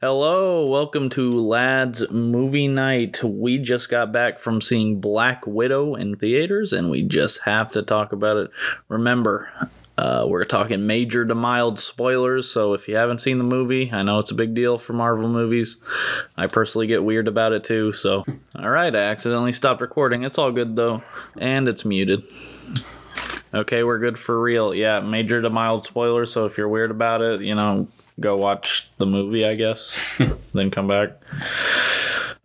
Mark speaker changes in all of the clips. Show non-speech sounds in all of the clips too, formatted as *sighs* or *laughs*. Speaker 1: Hello, welcome to Lads Movie Night. We just got back from seeing Black Widow in theaters and we just have to talk about it. Remember, uh, we're talking major to mild spoilers, so if you haven't seen the movie, I know it's a big deal for Marvel movies. I personally get weird about it too, so. *laughs* All right, I accidentally stopped recording. It's all good though, and it's muted. Okay, we're good for real. Yeah, major to mild spoilers, so if you're weird about it, you know, go watch the movie, I guess, then come back.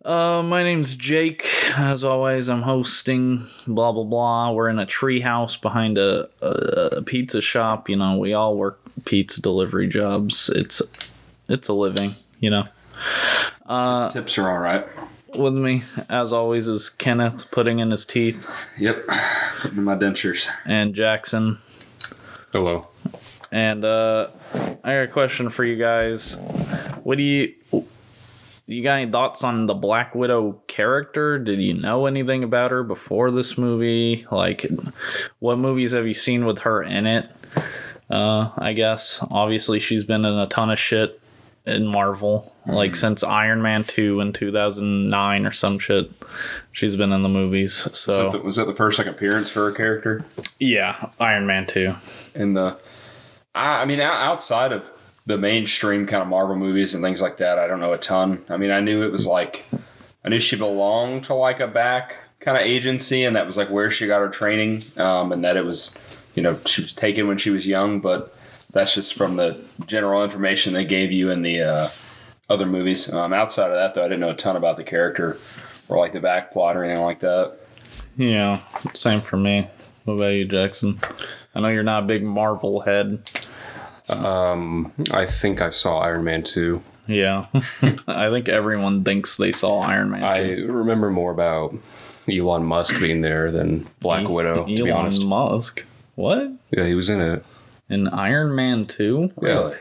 Speaker 1: Uh, my name's Jake. As always, I'm hosting blah blah blah. We're in a tree house behind a, a, a pizza shop. You know, we all work pizza delivery jobs. It's it's a living, you know.
Speaker 2: Tips are all right.
Speaker 1: With me, as always, is Kenneth putting in his teeth
Speaker 2: Yep. Putting in my dentures.
Speaker 1: and Jackson.
Speaker 3: Hello.
Speaker 1: And uh, I got a question for you guys. What do you you got any thoughts on the Black Widow character? Did you know anything about her before this movie? Like, what movies have you seen with her in it? Uh, I guess obviously she's been in a ton of shit in Marvel, like since Iron Man two in two thousand nine or some shit. She's been in the movies, so
Speaker 2: Was, that the, was that the first like appearance for her character
Speaker 1: yeah, Iron Man two.
Speaker 2: in the? I, I mean, o- outside of the mainstream kind of Marvel movies and things like that, I don't know a ton. I mean, I knew it was like, I knew she belonged to like a back kind of agency, and that was like where she got her training, um, and that it was, you know, she was taken when she was young, but that's just from the general information they gave you in the uh, other movies. Um, outside of that, though, I didn't know a ton about the character or like the back plot or anything like that.
Speaker 1: Yeah, same for me. What about you, Jackson? I know you're not a big Marvel head.
Speaker 3: I think I saw Iron Man 2.
Speaker 1: Yeah. *laughs* I think everyone thinks they saw Iron Man.
Speaker 3: I
Speaker 1: 2.
Speaker 3: remember more about Elon Musk being there than Black Widow,
Speaker 1: E- Elon
Speaker 3: to be honest.
Speaker 1: Musk. What?
Speaker 3: Yeah, he was in it.
Speaker 1: In Iron Man 2?
Speaker 3: Yeah.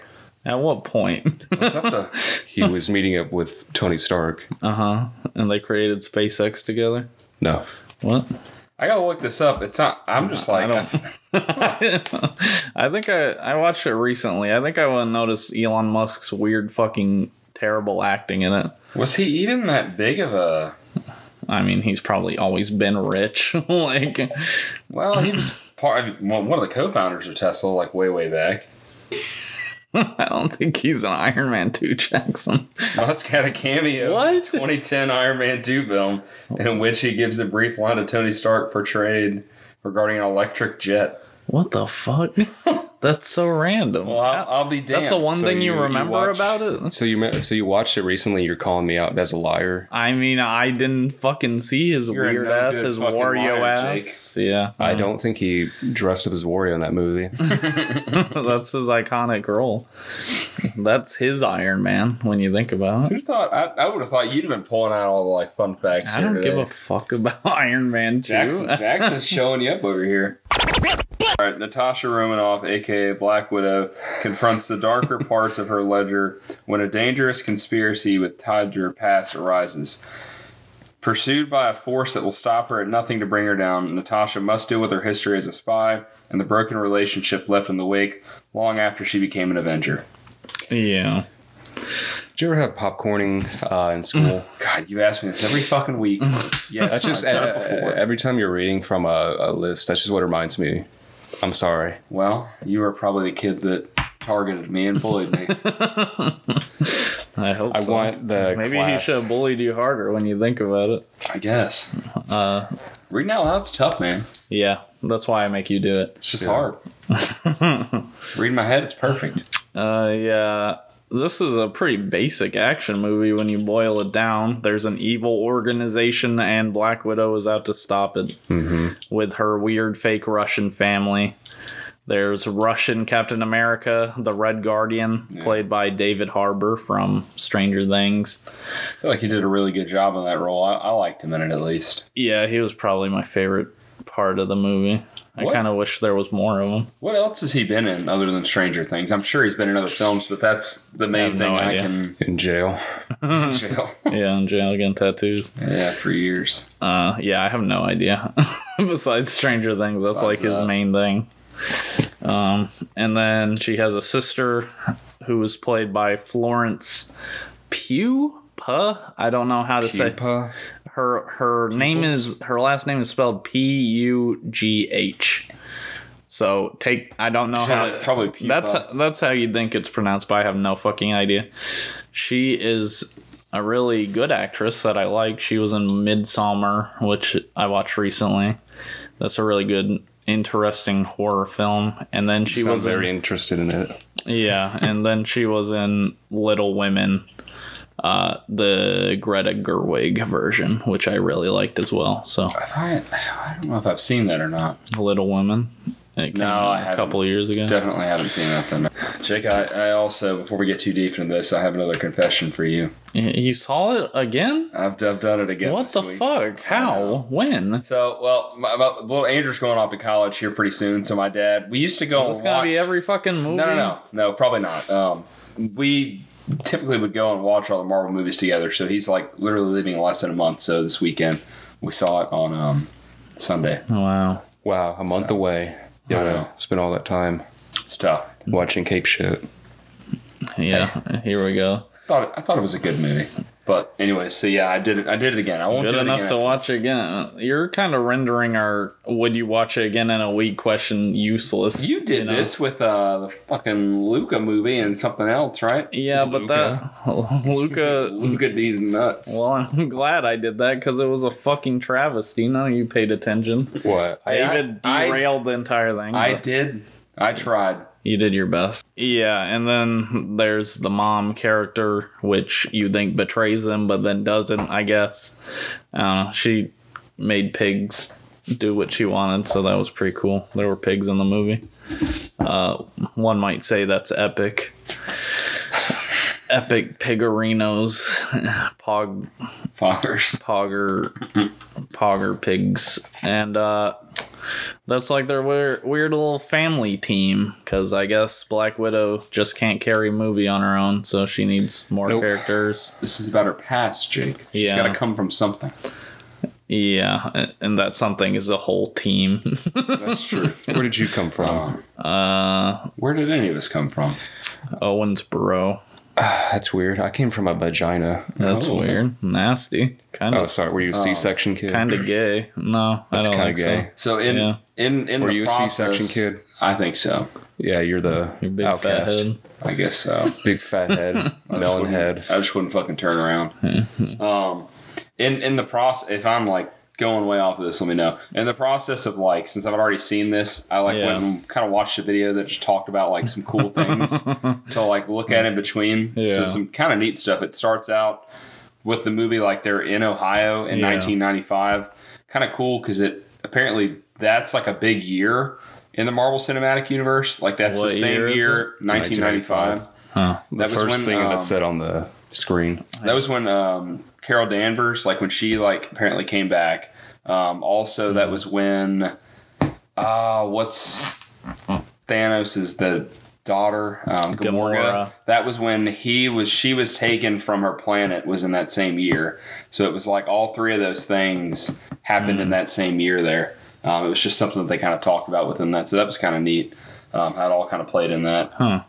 Speaker 1: At what point? *laughs*
Speaker 2: Was that the?
Speaker 3: He was meeting up with Tony Stark.
Speaker 1: Uh huh. And they created SpaceX together?
Speaker 3: No.
Speaker 1: What?
Speaker 2: I gotta look this up. It's not. I'm just like.
Speaker 1: I don't. I think I, I watched it recently. I think I would notice Elon Musk's weird fucking terrible acting in it.
Speaker 2: was he even that big of a?
Speaker 1: I mean, he's probably always been rich. *laughs* like,
Speaker 2: Well,
Speaker 1: *laughs*
Speaker 2: he was part of one one of the co-founders of Tesla, like way way back.
Speaker 1: I don't think he's an Iron Man 2 Jackson.
Speaker 2: Musk had a cameo in
Speaker 1: What?
Speaker 2: 2010 Iron Man 2 film in which he gives a brief line to Tony Stark portrayed regarding an electric jet.
Speaker 1: What the fuck? That's so random.
Speaker 2: Well, I'll, I'll be damned.
Speaker 1: That's the one
Speaker 3: So
Speaker 1: thing you,
Speaker 3: you- you
Speaker 1: remember
Speaker 3: watch-
Speaker 1: about it.
Speaker 3: So you me- so you watched it recently. You're calling me out as a liar.
Speaker 1: I mean, I didn't fucking see his
Speaker 2: You're a
Speaker 1: weird
Speaker 2: no
Speaker 1: ass,
Speaker 2: good
Speaker 1: his
Speaker 2: fucking
Speaker 1: Wario
Speaker 2: liar,
Speaker 1: ass. Yeah,
Speaker 3: I don't think he dressed up as Wario in that movie.
Speaker 1: That's his iconic role. That's his Iron Man. When you think about it,
Speaker 2: *laughs* Who thought? I, I would have thought you'd have been pulling out all the like fun facts.
Speaker 1: I
Speaker 2: here
Speaker 1: don't give
Speaker 2: today.
Speaker 1: a fuck about *laughs* Iron Man two.
Speaker 2: Jackson's, *laughs* Jackson's showing you up over here. All right, Natasha Romanoff, aka Black Widow, confronts the *laughs* darker parts of her ledger when a dangerous conspiracy with tied to her past arises. Pursued by a force that will stop her at nothing to bring her down, Natasha must deal with her history as a spy and the broken relationship left in the wake long after she became an Avenger.
Speaker 1: *laughs* yeah,
Speaker 3: Did you ever have popcorning uh,
Speaker 1: *laughs*
Speaker 3: in school?
Speaker 2: God, you ask me this every fucking week. *laughs* Yes,
Speaker 3: That's just
Speaker 2: I've done
Speaker 3: uh,
Speaker 2: it before.
Speaker 3: every time you're reading from a, a list. That's just what it reminds me. I'm sorry.
Speaker 2: Well, you were probably the kid that targeted me and bullied *laughs* me.
Speaker 1: I hope.
Speaker 3: I
Speaker 1: so.
Speaker 3: want the
Speaker 1: Maybe
Speaker 3: class.
Speaker 1: he should have bullied you harder when you think about it.
Speaker 2: I guess. Uh, Reading out loud's tough, man.
Speaker 1: Yeah, that's why I make you do it.
Speaker 2: It's just hard. *laughs* Reading my head, it's perfect.
Speaker 1: Uh, yeah. This is a pretty basic action movie when you boil it down. There's an evil organization, and Black Widow is out to stop it with her weird fake Russian family. There's Russian Captain America, the Red Guardian, played by David Harbour from Stranger Things.
Speaker 2: *laughs* I feel like you did a really good job on that role. I, I liked him in it at least.
Speaker 1: Yeah, he was probably my favorite part of the movie. I
Speaker 2: What?
Speaker 1: kind of wish there was more of him.
Speaker 2: What else has he been in other than Stranger Things? I'm sure he's been in other films, but that's the main
Speaker 1: have no
Speaker 2: thing I
Speaker 1: idea.
Speaker 2: can
Speaker 3: in jail.
Speaker 2: *laughs* jail.
Speaker 1: Yeah, in jail getting tattoos.
Speaker 2: yeah, for years.
Speaker 1: Uh, yeah, I have no idea. *laughs* Besides Stranger Things, that's
Speaker 2: Besides
Speaker 1: like his
Speaker 2: that.
Speaker 1: main thing. Um, and then she has a sister who was played by Florence Pupa. I don't know how to say
Speaker 3: Pupa.
Speaker 1: her. Her name is her last name is spelled P U G H. So take. I don't know how.
Speaker 2: Probably pupa.
Speaker 1: That's that's how you think it's pronounced, but I have no fucking idea. She is a really good actress that I like. She was in Midsummer, which I watched recently. That's a really good, interesting horror film. And then she
Speaker 3: She was
Speaker 1: was in,
Speaker 3: very interested in it.
Speaker 1: *laughs* yeah, and then she was in Little Women, uh, the Greta Gerwig version, which I really liked as well. So
Speaker 2: I, I don't know if I've seen that or not.
Speaker 1: Little Women, it came
Speaker 2: No,
Speaker 1: out
Speaker 2: I
Speaker 1: a
Speaker 2: haven't.
Speaker 1: couple years ago.
Speaker 2: Definitely haven't seen that then. Jake, I, I also, before we get too deep into this, I have another confession for you.
Speaker 1: Y- You saw it again?
Speaker 2: I've, I've done it again.
Speaker 1: what
Speaker 2: this
Speaker 1: the
Speaker 2: week.
Speaker 1: fuck? How? When?
Speaker 2: So, well, my, my little Andrew's going off to college here pretty soon. So my dad, we used to go.
Speaker 1: It's
Speaker 2: and
Speaker 1: gonna be
Speaker 2: watch-
Speaker 1: every fucking movie.
Speaker 2: No, no, no, no. Probably not. Um, we typically would go and watch all the Marvel movies together. So he's like literally leaving in less than a month. So this weekend we saw it on um, Sunday.
Speaker 1: Wow.
Speaker 3: Wow, a month away.
Speaker 2: I
Speaker 3: Yeah,
Speaker 2: know.
Speaker 3: spent all that time
Speaker 2: It's tough.
Speaker 3: watching Cape shit.
Speaker 1: Yeah. Here we go.
Speaker 2: Thought it, I thought it was a good movie. But anyway, so yeah, I did it. I did it again. I won't
Speaker 1: Good
Speaker 2: do it
Speaker 1: enough
Speaker 2: again.
Speaker 1: to watch again. You're kind of rendering our "Would you watch it again in a week?" question useless.
Speaker 2: you did
Speaker 1: know?
Speaker 2: this with uh, the fucking Luca movie and something else, right?
Speaker 1: Yeah, but that *laughs*
Speaker 2: *laughs*
Speaker 1: Luca.
Speaker 2: Luca these nuts.
Speaker 1: Well, I'm glad I did that because it was a fucking travesty. None of you paid attention.
Speaker 3: What?
Speaker 2: I-
Speaker 1: David
Speaker 2: I-
Speaker 1: derailed the entire thing.
Speaker 2: I
Speaker 1: but
Speaker 2: did. I tried.
Speaker 1: You did your best. Yeah, and then there's the mom character, which you think betrays him, but then doesn't. I guess. Uh, she made pigs do what she wanted, so that was pretty cool. There were pigs in the movie. Uh, one might say that's epic. epic pigarinos, *laughs* pog
Speaker 2: Fuckers.
Speaker 1: pogger pogger pigs and uh that's like their weird, weird little family team because i guess black widow just can't carry a movie on her own so she needs more
Speaker 3: Nope.
Speaker 1: characters
Speaker 2: *laughs* This is about her past, Jake. She's
Speaker 1: Yeah.
Speaker 2: got to come from something.
Speaker 1: yeah a- and that something is a whole team *laughs*
Speaker 2: That's true. Um,
Speaker 3: Where did you come from?
Speaker 1: Oh. uh
Speaker 2: Where did any of us come from?
Speaker 1: owens bro
Speaker 3: That's weird. I came from a vagina.
Speaker 1: that's
Speaker 2: Oh.
Speaker 1: weird nasty kind
Speaker 3: Oh,
Speaker 1: of
Speaker 3: sorry. Were you a C-section kid?
Speaker 1: kind of gay no
Speaker 3: That's
Speaker 1: i don't
Speaker 3: kinda
Speaker 1: think
Speaker 3: gay.
Speaker 2: So in
Speaker 1: Yeah.
Speaker 2: in in
Speaker 3: Were
Speaker 2: the
Speaker 3: you a
Speaker 2: process,
Speaker 3: C-section kid?
Speaker 2: I think so.
Speaker 3: Yeah, you're the
Speaker 1: so big fat
Speaker 3: outcast.
Speaker 1: head
Speaker 2: I guess so.
Speaker 3: Big
Speaker 1: *laughs*
Speaker 3: fat head, melon
Speaker 2: wouldn't-
Speaker 3: head.
Speaker 2: I just wouldn't fucking turn around.
Speaker 1: *laughs*
Speaker 2: um, in in the process, if I'm like going way off of this, let me know. In the process of like, since I've already seen this, I like
Speaker 1: Yeah.
Speaker 2: went and kind of watched a video that just talked about like some cool
Speaker 1: *laughs*
Speaker 2: things to like look at in between.
Speaker 1: Yeah.
Speaker 2: So some kind of neat stuff. It starts out with the movie like they're in Ohio in
Speaker 1: Yeah.
Speaker 2: 1995. Kind of cool because it apparently that's like a big year. In the Marvel Cinematic Universe, like that's
Speaker 1: What
Speaker 2: the same
Speaker 1: year
Speaker 2: year,
Speaker 1: is it?
Speaker 2: 1995.
Speaker 1: huh.
Speaker 3: The
Speaker 2: was
Speaker 3: first
Speaker 2: when,
Speaker 3: thing
Speaker 2: um,
Speaker 3: that said on the screen.
Speaker 2: That was when um, Carol Danvers, like when she like apparently came back. Um, also, that was when uh, what's Thanos is the daughter um, Gamora.
Speaker 1: Gamora.
Speaker 2: That was when he was she was taken from her planet was in that same year. So it was like all three of those things happened in that same year. There, um, it was just something that they kind of talked about within that. So that was kind of neat. Um, how it all kind of played in that.
Speaker 1: Huh.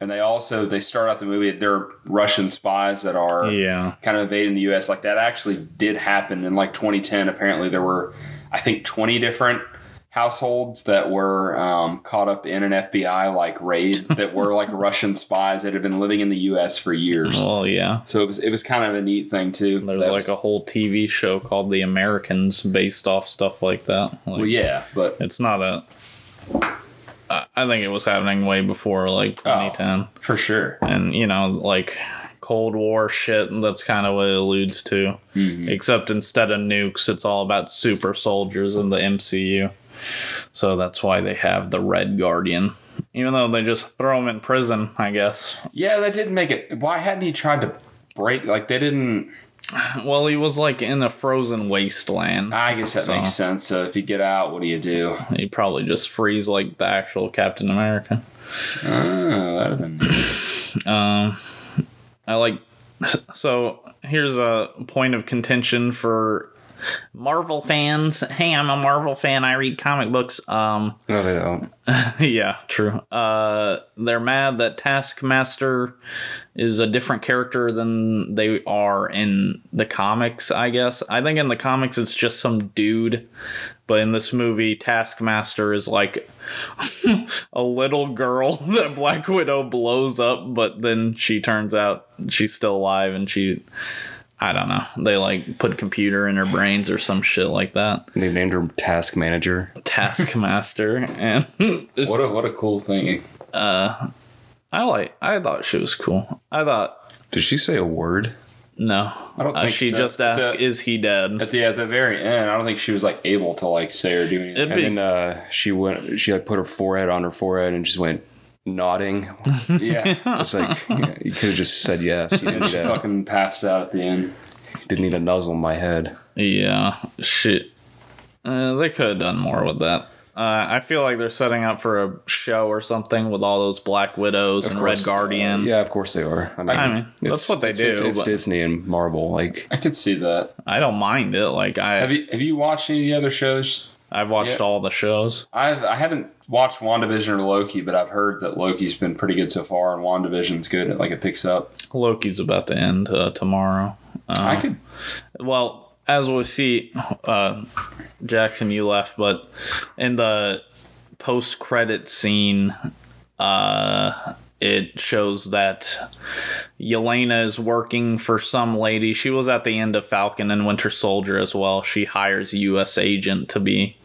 Speaker 2: And they also they start out the movie. They're Russian spies that are
Speaker 1: yeah
Speaker 2: kind of invading the U.S. Like that actually did happen in like 2010. Apparently, there were I think 20 different households that were um, caught up in an FBI
Speaker 1: *laughs*
Speaker 2: like raid that were like Russian spies that had been living in the U.S. for years.
Speaker 1: well yeah
Speaker 2: So it was it was kind of a neat thing too.
Speaker 1: There's
Speaker 2: That
Speaker 1: Oh. like
Speaker 2: was-
Speaker 1: a whole TV show called The Americans based off stuff like that. Like,
Speaker 2: well, yeah, but
Speaker 1: It's not a. I I think it was happening way before like
Speaker 2: Oh.
Speaker 1: 2010.
Speaker 2: for sure.
Speaker 1: And, you know, like Cold War shit, that's kind of what it alludes to.
Speaker 2: Mm-hmm.
Speaker 1: Except instead of nukes, it's all about super soldiers in the MCU. So that's why they have the Red Guardian. Even though they just throw him in prison, I guess.
Speaker 2: Yeah, that didn't make it. Why hadn't he tried to break? Like they didn't.
Speaker 1: Well, he was like in a frozen wasteland.
Speaker 2: I guess that
Speaker 1: So-
Speaker 2: makes sense. So if you get out, what do you do?
Speaker 1: He'd probably just freeze like the actual Captain America.
Speaker 2: Oh, that'd have been.
Speaker 1: *laughs* Um, I like. So here's a point of contention for Marvel fans. Hey, I'm a Marvel fan. I read comic books. Um,
Speaker 3: No, they don't.
Speaker 1: yeah, true. Uh, they're mad that Taskmaster is a different character than they are in the comics, I guess. I think in the comics it's just some dude, but in this movie, Taskmaster is like *laughs* a little girl *laughs* that Black Widow blows up, but then she turns out she's still alive and she. I don't know. They like put computer in her brains or some shit like that.
Speaker 3: They named her Task Manager.
Speaker 1: Taskmaster and *laughs*
Speaker 2: What a what a cool thing.
Speaker 1: I like. I thought she was cool. I thought
Speaker 3: Did she say a word?
Speaker 1: no.
Speaker 2: I don't
Speaker 1: Uh,
Speaker 2: think
Speaker 1: she
Speaker 2: so.
Speaker 1: just asked,
Speaker 2: The-
Speaker 1: "Is he dead?"
Speaker 2: At the at the very end, I don't think she was like able to like say or do anything.
Speaker 1: It'd
Speaker 3: And
Speaker 1: be
Speaker 3: then uh, she went. She like put her forehead on her forehead and just went nodding.
Speaker 1: *laughs*
Speaker 2: yeah.
Speaker 3: It's like *laughs* yeah, you could have just said yes. You didn't
Speaker 2: And
Speaker 3: need,
Speaker 2: she
Speaker 3: a,
Speaker 2: fucking passed out at the end.
Speaker 3: didn't need a nuzzle in my head.
Speaker 1: yeah. Shit. Uh, they could have done more with that. Uh, I feel like they're setting up for a show or something with all those Black Widows and Red
Speaker 3: course,
Speaker 1: Guardian.
Speaker 3: Yeah, of course they are. I mean,
Speaker 1: I mean, that's
Speaker 3: it's-
Speaker 1: what they
Speaker 3: it's- It's,
Speaker 1: do,
Speaker 3: it's
Speaker 1: but-
Speaker 3: Disney and Marvel. Like
Speaker 2: I could see that.
Speaker 1: I don't mind it. Like I,
Speaker 2: Have you have you watched any of the other shows?
Speaker 1: I've watched
Speaker 2: yeah.
Speaker 1: all the shows.
Speaker 2: I've I haven't watched WandaVision or Loki, but I've heard that Loki's been pretty good so far, and WandaVision's good. It like it picks up.
Speaker 1: Loki's about to end uh, tomorrow.
Speaker 2: I could.
Speaker 1: well as we'll see uh, jackson you left but in the post-credit scene uh, it shows that yelena is working for some lady she was at the end of falcon and winter soldier as well she hires a us agent to be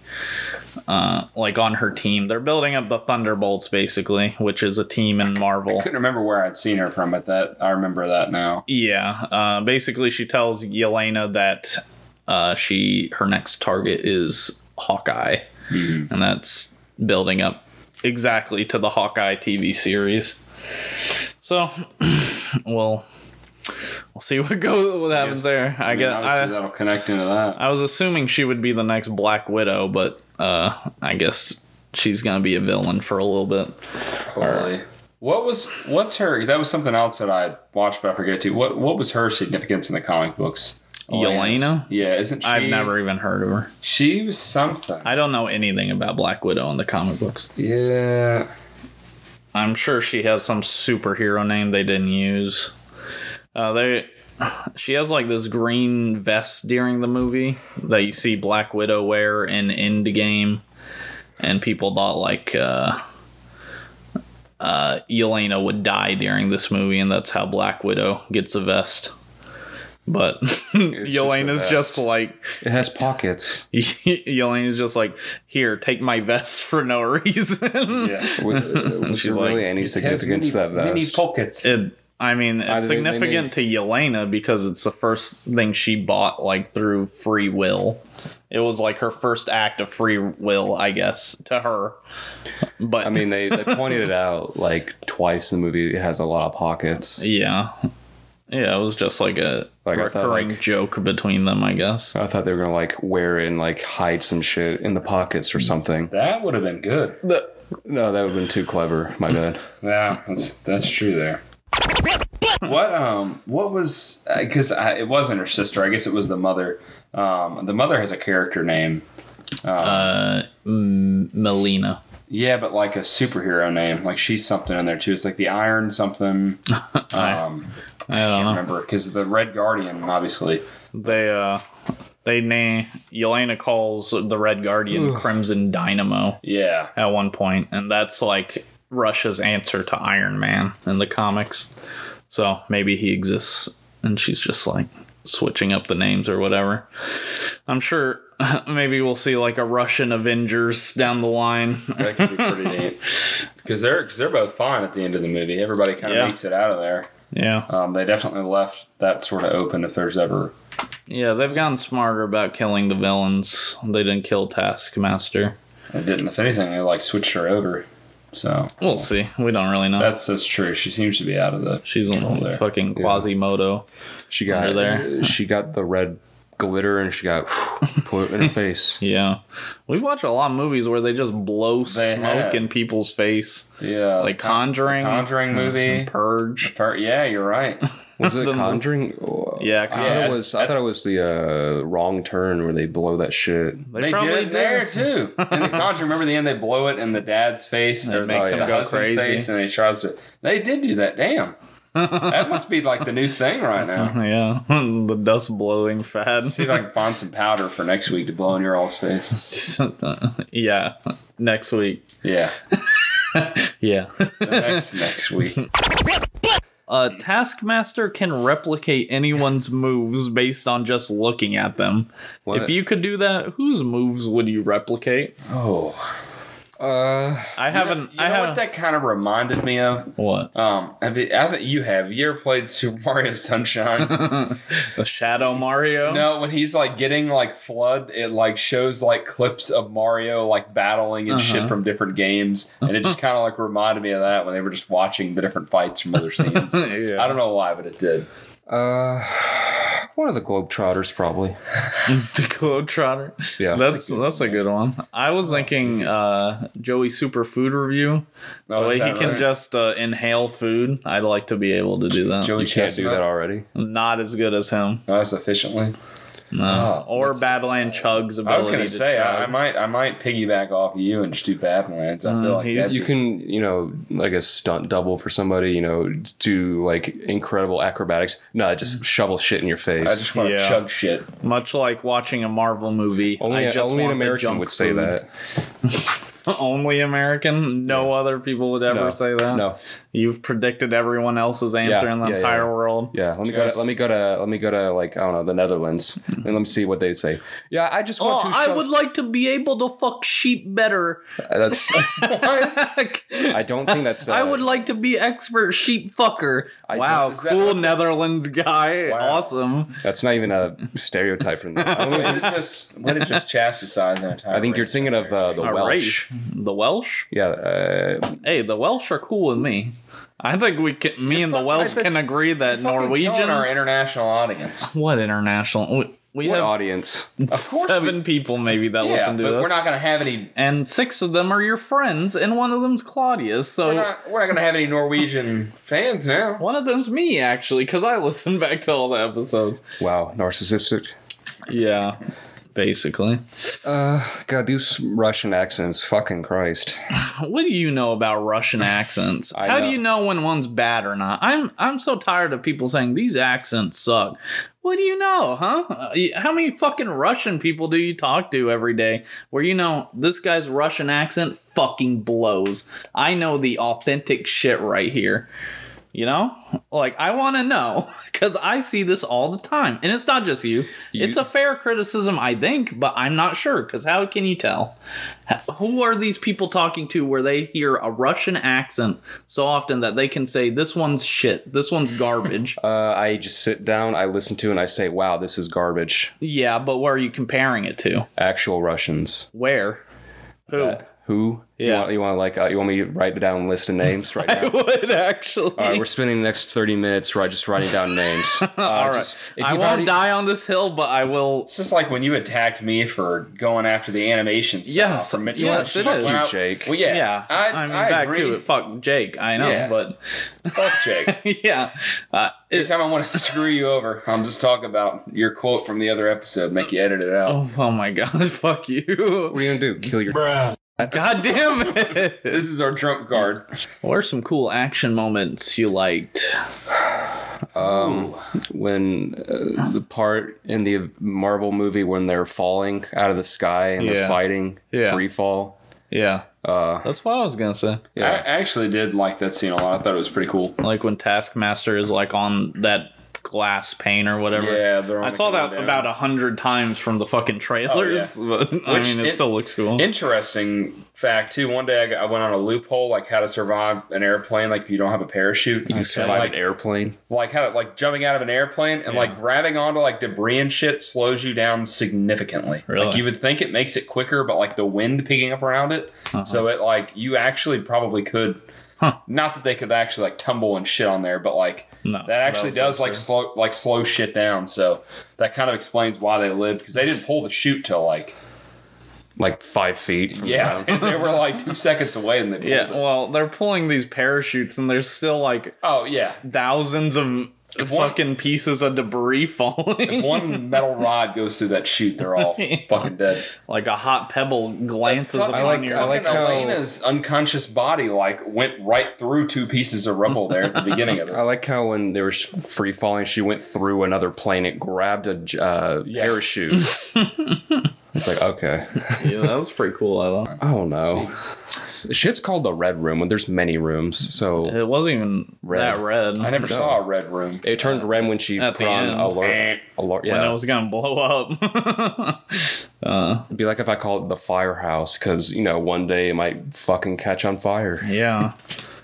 Speaker 1: uh, like on her team they're building up the thunderbolts basically which is a team in marvel
Speaker 2: Couldn't remember where I'd seen her from, but that I remember that now.
Speaker 1: yeah. Uh, basically, she tells Yelena that uh, she her next target is Hawkeye,
Speaker 2: Mm-hmm.
Speaker 1: and that's building up exactly to the Hawkeye TV series. So, *clears throat* we'll we'll see what *laughs* goes what happens
Speaker 2: guess-
Speaker 1: there. I,
Speaker 2: I mean,
Speaker 1: guess
Speaker 2: obviously
Speaker 1: I,
Speaker 2: that'll connect into that.
Speaker 1: I was assuming she would be the next Black Widow, but uh, I guess she's gonna be a villain for a little bit.
Speaker 2: Probably. What was what's her? That was something else that I watched, but I forget to. What what was her significance in the comic books?
Speaker 1: Yelena?
Speaker 2: Elena's. Yeah, isn't she?
Speaker 1: I've never even heard of her.
Speaker 2: She was something.
Speaker 1: I don't know anything about Black Widow in the comic books.
Speaker 2: yeah.
Speaker 1: I'm sure she has some superhero name they didn't use. Uh, they, she has like this green vest during the movie that you see Black Widow wear in Endgame, and people thought like uh, uh, Yelena would die during this movie, and that's how Black Widow gets a vest. But *laughs* Yelena's
Speaker 3: vest.
Speaker 1: just like *laughs*
Speaker 3: it has pockets.
Speaker 1: Yelena's just like here, take my vest for no *laughs* reason.
Speaker 2: Yeah.
Speaker 3: With,
Speaker 1: *laughs*
Speaker 3: was
Speaker 1: She's
Speaker 3: there really
Speaker 1: like,
Speaker 3: any significance to that vest?
Speaker 2: Mini pockets.
Speaker 1: It, I mean,
Speaker 3: I
Speaker 1: it's
Speaker 3: didn't- they
Speaker 1: significant to Yelena because it's the first thing she bought, like through free will. It was like her first act of free will, I guess, to her. But
Speaker 3: I mean, they, they pointed it out like twice in the movie. It has a lot of pockets.
Speaker 1: yeah, yeah, it was just like a
Speaker 3: Like, I thought,
Speaker 1: recurring
Speaker 3: like-
Speaker 1: joke between them, I guess.
Speaker 3: I thought they were gonna like wear it and like hide some shit in the pockets or something.
Speaker 2: that would have been good.
Speaker 3: No, that would have been too clever. My bad.
Speaker 2: Yeah, that's that's true there. What um what was because it wasn't her sister. I guess it was the mother. Um, the mother has a character name.
Speaker 1: Melina.
Speaker 2: Yeah, but like a superhero name. Like she's something in there too. It's like the Iron something. Um,
Speaker 1: *laughs* I don't
Speaker 2: can't
Speaker 1: know.
Speaker 2: remember because the Red Guardian, obviously.
Speaker 1: They uh, they name Yelena calls the Red Guardian Crimson Dynamo
Speaker 2: Yeah,
Speaker 1: at one point, and that's like Russia's answer to Iron Man in the comics. So maybe he exists, and she's just like switching up the names or whatever. I'm sure *laughs* maybe we'll see like a Russian Avengers down the line.
Speaker 2: that could
Speaker 1: *laughs*
Speaker 2: be pretty neat because they're because they're both fine at the end of the movie. Everybody kind of
Speaker 1: Yeah.
Speaker 2: makes it out of there.
Speaker 1: yeah,
Speaker 2: Um, they definitely left that sort of open if there's ever.
Speaker 1: yeah, they've gotten smarter about killing the villains. They didn't kill Taskmaster.
Speaker 2: It didn't. If anything, they like switched her over. So
Speaker 1: We'll see. We don't really know.
Speaker 2: that's that's true. She seems to be out of the.
Speaker 1: She's
Speaker 2: Control
Speaker 1: a
Speaker 2: there.
Speaker 1: fucking Quasimodo.
Speaker 3: She got
Speaker 1: Under
Speaker 3: *laughs* She got the red glitter and she got put in
Speaker 1: *laughs*
Speaker 3: her face.
Speaker 1: Yeah, we've watched a lot of movies where they just blow
Speaker 2: They
Speaker 1: smoke
Speaker 2: have.
Speaker 1: in people's face,
Speaker 2: Yeah,
Speaker 1: like Conjuring.
Speaker 2: Conjuring movie.
Speaker 1: Purge.
Speaker 2: Part, yeah, you're right.
Speaker 3: Was it
Speaker 1: The-
Speaker 3: Conjuring? Oh,
Speaker 1: Yeah,
Speaker 3: I thought
Speaker 2: Conjuring.
Speaker 3: it was. I thought it was the uh, wrong turn where they blow that shit.
Speaker 1: They,
Speaker 2: They
Speaker 1: probably
Speaker 2: did it
Speaker 1: *laughs*
Speaker 2: there too. In the Conjuring, remember the end they blow it in the dad's face,
Speaker 1: It
Speaker 2: or
Speaker 1: makes
Speaker 2: the,
Speaker 1: him
Speaker 2: the
Speaker 1: go
Speaker 2: husband's
Speaker 1: crazy.
Speaker 2: face, and he tries to. They did do that. Damn, that must be like the new thing
Speaker 1: *laughs*
Speaker 2: right now.
Speaker 1: Yeah, the dust blowing fad.
Speaker 2: *laughs* See if I can find some powder for next week to blow in your all's face.
Speaker 1: yeah, next week.
Speaker 2: Yeah,
Speaker 1: Yeah.
Speaker 2: next next week.
Speaker 1: *laughs* A Taskmaster can replicate anyone's moves based on just looking at them.
Speaker 3: What?
Speaker 1: If you could do that, whose moves would you replicate?
Speaker 2: Oh,
Speaker 3: Uh,
Speaker 1: I haven't.
Speaker 2: you know
Speaker 1: I
Speaker 2: what
Speaker 1: haven't.
Speaker 2: that kind of reminded me of.
Speaker 1: what?
Speaker 2: Um, have you, I think you have. You ever played *laughs* Super Mario Sunshine?
Speaker 1: *laughs* The Shadow Mario?
Speaker 2: No, when he's like getting like flood, it like shows like clips of Mario like battling and shit
Speaker 1: Uh-huh.
Speaker 2: from different games, and
Speaker 1: *laughs*
Speaker 2: it just kind of like reminded me of that when they were just watching the different fights from other scenes. I
Speaker 1: *laughs* yeah.
Speaker 2: don't know why, but it did.
Speaker 3: uh, one of the Globetrotters probably.
Speaker 1: the Globetrotter.
Speaker 3: Yeah.
Speaker 1: that's that's a good one. I was thinking uh, Joey Superfood review.
Speaker 2: Oh,
Speaker 1: the
Speaker 2: is
Speaker 1: way he
Speaker 2: that
Speaker 1: can
Speaker 2: right?
Speaker 1: just uh, inhale food. I'd like to be able to do that.
Speaker 2: Joey
Speaker 3: You can't do
Speaker 2: Chestnut?
Speaker 3: that already.
Speaker 1: I'm not as good as him.
Speaker 2: Not as Oh, efficiently.
Speaker 1: No.
Speaker 2: Oh,
Speaker 1: or
Speaker 2: that's-
Speaker 1: Badland Chug's ability.
Speaker 2: I was gonna
Speaker 1: to
Speaker 2: say I, I
Speaker 1: chug.
Speaker 2: might I might piggyback off of you and just do Badlands. I feel
Speaker 1: Mm,
Speaker 2: like
Speaker 1: he's-
Speaker 2: that'd
Speaker 3: You
Speaker 2: be-
Speaker 3: can, you know, like a stunt double for somebody, you know, do like incredible acrobatics. No, just shovel shit in your face.
Speaker 2: I just want to
Speaker 1: Yeah.
Speaker 2: chug shit.
Speaker 1: Much like watching a Marvel movie.
Speaker 3: only
Speaker 1: I just
Speaker 3: only an
Speaker 1: want the
Speaker 3: American
Speaker 1: junk
Speaker 3: would say
Speaker 1: food.
Speaker 3: that.
Speaker 1: *laughs* only American. No other people would ever
Speaker 3: No.
Speaker 1: say that.
Speaker 3: No.
Speaker 1: You've predicted everyone else's answer in the
Speaker 3: yeah, yeah,
Speaker 1: entire
Speaker 3: yeah.
Speaker 1: world.
Speaker 3: Yeah, let me go.
Speaker 2: Yes.
Speaker 3: To, let me go to. Let me go to like I don't know the Netherlands and let me see what they say. Yeah, Hmm. I just want
Speaker 1: Oh,
Speaker 3: to.
Speaker 1: I
Speaker 3: shove-
Speaker 1: would like to be able to fuck sheep *laughs* better.
Speaker 3: *laughs* *laughs* That's.
Speaker 2: *laughs*
Speaker 3: I don't think that's. Uh,
Speaker 1: I would like to be expert sheep fucker.
Speaker 3: I
Speaker 1: wow,
Speaker 2: don't- is that-
Speaker 1: cool Netherlands guy.
Speaker 2: Wow.
Speaker 1: Awesome.
Speaker 3: That's not
Speaker 1: *laughs*
Speaker 3: even a stereotype from. I, don't
Speaker 2: Way
Speaker 3: even-
Speaker 2: to just way to just chastise an entire.
Speaker 3: I think you're
Speaker 2: race.
Speaker 3: thinking of uh, the
Speaker 1: A
Speaker 3: Welsh.
Speaker 1: race. The Welsh?
Speaker 3: Yeah, uh,
Speaker 1: Hey, the Welsh are cool with me. I think we can. Me and the
Speaker 2: fuck-
Speaker 1: Welsh
Speaker 2: that's-
Speaker 1: can agree that
Speaker 2: Fucking killing
Speaker 1: Norwegian.
Speaker 2: our international audience.
Speaker 1: what international? We, we
Speaker 3: what
Speaker 1: have
Speaker 3: audience?
Speaker 2: course
Speaker 1: seven people maybe that
Speaker 2: Yeah,
Speaker 1: listen to
Speaker 2: but
Speaker 1: us.
Speaker 2: we're not going to have any.
Speaker 1: and six of them are your friends, and one of them's Claudius. So
Speaker 2: We're not, we're not going to have any Norwegian fans now.
Speaker 1: one of them's me actually, because I listened back to all the episodes.
Speaker 3: Wow, narcissistic.
Speaker 1: Yeah, basically.
Speaker 3: Uh, God, these Russian accents, fucking Christ.
Speaker 1: *laughs* What do you know about Russian accents?
Speaker 3: *laughs* I
Speaker 1: How do
Speaker 3: know.
Speaker 1: you know when one's bad or not? I'm I'm so tired of people saying these accents suck. What do you know, huh? Uh, y- How many fucking Russian people do you talk to every day where you know this guy's Russian accent fucking blows? I know the authentic shit right here. You know? Like I want to know *laughs* cuz I see this all the time. And it's not just you.
Speaker 3: You-
Speaker 1: It's a fair criticism, I think, but I'm not sure cuz how can you tell? who are these people talking to where they hear a Russian accent so often that they can say this one's shit, this one's garbage?
Speaker 3: *laughs* Uh, I just sit down, I listen to, and I say, "Wow, this is garbage."
Speaker 1: yeah, but where are you comparing it to?
Speaker 3: Actual Russians.
Speaker 1: Where? Who? *laughs*
Speaker 3: Uh, who? You
Speaker 1: Yeah.
Speaker 3: want, you want like? Uh, you want me to write down a list of names right
Speaker 1: *laughs*
Speaker 3: now?
Speaker 1: I would actually.
Speaker 3: All
Speaker 1: *laughs*
Speaker 3: right, we're spending the next thirty minutes right just writing down names. Uh,
Speaker 1: All right.
Speaker 3: just- if
Speaker 1: I
Speaker 3: you've
Speaker 1: won't
Speaker 3: already-
Speaker 1: die on this hill, but I will.
Speaker 2: It's just like when you attacked me for going after the animation stuff
Speaker 1: Yes,
Speaker 2: from Mitchell.
Speaker 1: yes,
Speaker 2: and
Speaker 1: it is.
Speaker 2: Well, I-
Speaker 3: Jake.
Speaker 2: Well, yeah,
Speaker 1: Yeah,
Speaker 2: I,
Speaker 1: mean,
Speaker 2: I
Speaker 1: back
Speaker 2: agree.
Speaker 1: to it. Fuck Jake, I know,
Speaker 2: Yeah.
Speaker 1: but *laughs*
Speaker 2: Fuck Jake.
Speaker 1: yeah, uh, it,
Speaker 2: Anytime I want to screw you over, I'm just talking about your quote from the other episode. Make you edit it out.
Speaker 1: oh, oh my god, *laughs* fuck you!
Speaker 3: What are you gonna do? Kill your?
Speaker 1: God damn it! *laughs*
Speaker 2: This is our trump card.
Speaker 1: What are some cool action moments you liked?
Speaker 3: Um, when uh, the part in the Marvel movie when they're falling out of the sky and
Speaker 1: Yeah.
Speaker 3: they're fighting,
Speaker 1: Yeah.
Speaker 3: free fall.
Speaker 1: Yeah,
Speaker 3: Uh,
Speaker 1: that's what I was gonna say.
Speaker 2: I
Speaker 3: yeah.
Speaker 2: actually did like that scene a lot. I thought it was pretty cool.
Speaker 1: like when Taskmaster is like on that glass pane or whatever.
Speaker 2: Yeah, they're on
Speaker 1: I
Speaker 2: the
Speaker 1: saw that
Speaker 2: countdown.
Speaker 1: about a hundred times from the fucking trailers, but I
Speaker 2: Oh, Which
Speaker 1: mean, it,
Speaker 2: it-
Speaker 1: still looks cool.
Speaker 2: Interesting fact too. One day I, got- I went on a loophole, like how to survive an airplane, like if you don't have a parachute.
Speaker 3: you survive
Speaker 2: like,
Speaker 3: an airplane.
Speaker 2: like how to, like jumping out of an airplane and like grabbing onto like debris and shit slows you down significantly.
Speaker 1: Really?
Speaker 2: Like you would think it makes it quicker, but like the wind picking up around it, so it like you actually probably could.
Speaker 1: Uh-huh. Huh.
Speaker 2: Not that they could actually like tumble and shit on there, but like
Speaker 1: No,
Speaker 2: that actually
Speaker 1: that was
Speaker 2: does like slow like slow shit down. So that kind of explains why they lived because they didn't pull the chute till like
Speaker 3: Like five feet. From
Speaker 2: yeah
Speaker 3: The
Speaker 2: *laughs*
Speaker 3: ground.
Speaker 2: they were like two seconds away and they pulled
Speaker 1: yeah,
Speaker 2: it.
Speaker 1: well, they're pulling these parachutes, and there's still like
Speaker 2: Oh yeah.
Speaker 1: thousands of
Speaker 2: one-
Speaker 1: fucking pieces of debris *laughs* falling.
Speaker 2: If one metal rod goes through that chute, they're all fucking dead.
Speaker 1: like a hot pebble glances
Speaker 2: Fuck-
Speaker 1: upon
Speaker 2: I like,
Speaker 1: your
Speaker 2: I like
Speaker 3: Fucking
Speaker 2: Elena's unconscious body like went right through two pieces of rubble there at the beginning of
Speaker 3: I *laughs*
Speaker 2: it.
Speaker 3: like how when they were sh- free falling, she went through another plane. It grabbed a j- uh,
Speaker 1: *laughs*
Speaker 2: Yeah.
Speaker 3: parachute. it's like okay,
Speaker 1: yeah, that was pretty cool. I love.
Speaker 3: I don't know. Shit's called the red room when there's many rooms.
Speaker 1: *laughs*
Speaker 3: So
Speaker 1: It wasn't even
Speaker 3: Red.
Speaker 1: that red.
Speaker 2: I never saw a red room.
Speaker 3: it turned red when she
Speaker 1: At
Speaker 3: put
Speaker 1: the
Speaker 3: on
Speaker 1: end.
Speaker 3: alert. alert
Speaker 1: when
Speaker 3: yeah,
Speaker 1: it was gonna blow up. *laughs*
Speaker 3: it'd be like if I called it the firehouse because you know one day it might fucking catch on fire.
Speaker 1: yeah.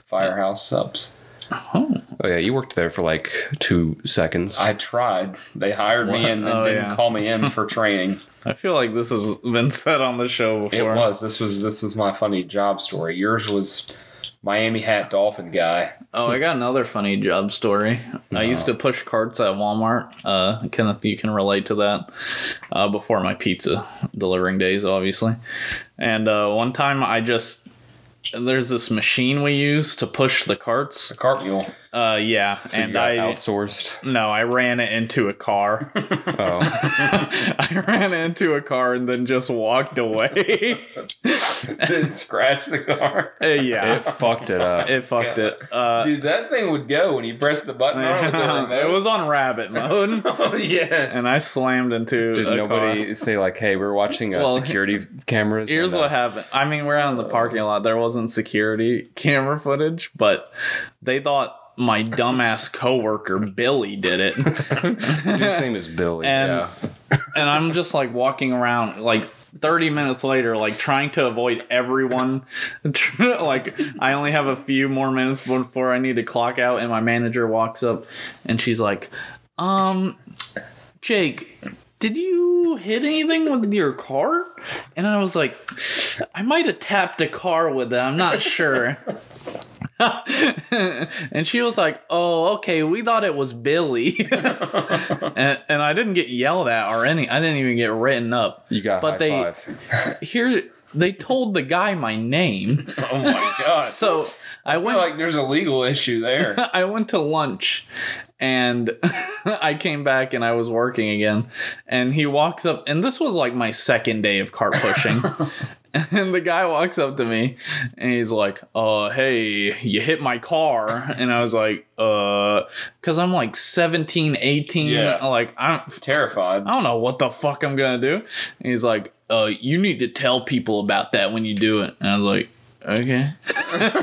Speaker 2: Firehouse subs.
Speaker 3: Oh yeah, you worked there for like two seconds.
Speaker 2: I tried. They hired me and they
Speaker 1: Oh,
Speaker 2: didn't
Speaker 1: yeah.
Speaker 2: call me in for training.
Speaker 1: I feel like this has been said on the show
Speaker 2: It
Speaker 1: before.
Speaker 2: was. This was this was my funny job story. Yours was Miami hat dolphin guy.
Speaker 1: Oh, I got another funny job story. I used to push carts at Walmart. Uh, Kenneth, you can relate to that. Uh, before my pizza delivering days, obviously. And uh, one time, I just there's this machine we use to push the carts.
Speaker 2: The cart mule.
Speaker 1: Uh, yeah,
Speaker 3: So you
Speaker 1: and
Speaker 3: got
Speaker 1: I
Speaker 3: outsourced.
Speaker 1: no, I ran it into a car.
Speaker 3: *laughs*
Speaker 1: *laughs*
Speaker 3: Oh,
Speaker 1: I ran into a car and then just walked away.
Speaker 2: *laughs*
Speaker 1: *laughs*
Speaker 2: Didn't scratch the car.
Speaker 1: Uh, yeah, *laughs*
Speaker 3: it fucked it up.
Speaker 1: it fucked it. Uh,
Speaker 2: Dude, that thing would go when you pressed the
Speaker 1: *laughs*
Speaker 2: button on it.
Speaker 3: *laughs*
Speaker 2: with the
Speaker 1: it
Speaker 2: remote.
Speaker 1: was on rabbit mode,
Speaker 2: *laughs* Oh, yes.
Speaker 1: and I slammed into.
Speaker 3: Did
Speaker 1: a
Speaker 3: nobody
Speaker 1: car.
Speaker 3: say like, "Hey, we're watching uh,
Speaker 1: Well,
Speaker 3: security cameras"?
Speaker 1: Here's
Speaker 3: and, uh,
Speaker 1: what happened. I mean, we're out in the parking lot. There wasn't security camera footage, but they thought my dumbass coworker Billy did
Speaker 3: *laughs*
Speaker 1: it, *laughs*
Speaker 3: His name is Billy.
Speaker 1: And-
Speaker 3: yeah.
Speaker 1: and I'm just like walking around like. 30 minutes later like trying to avoid everyone *laughs* like i only have a few more minutes before i need to clock out and my manager walks up and she's like um jake did you hit anything with your car and i was like i might have tapped a car with it i'm not sure *laughs* and she was like oh okay we thought it was billy *laughs* and, and i didn't get yelled at or any i didn't even get written up
Speaker 3: You got
Speaker 1: But
Speaker 3: high
Speaker 1: they-
Speaker 3: five.
Speaker 1: here they told the guy my name
Speaker 2: oh my
Speaker 3: *laughs*
Speaker 2: god.
Speaker 1: so i
Speaker 2: I
Speaker 1: went
Speaker 2: feel like there's a legal issue there.
Speaker 1: *laughs* I went to lunch and *laughs* I came back and I was working again. And he walks up, and this was like my second day of cart pushing. *laughs* and the guy walks up to me and he's like, Uh, hey, you hit my car. And I was like, Uh, because I'm like 17, 18.
Speaker 2: Yeah.
Speaker 1: Like, I'm,
Speaker 2: Terrified.
Speaker 1: I don't know what the fuck I'm gonna do. And he's like, uh, you need to tell people about that when you do it. And I was like, okay.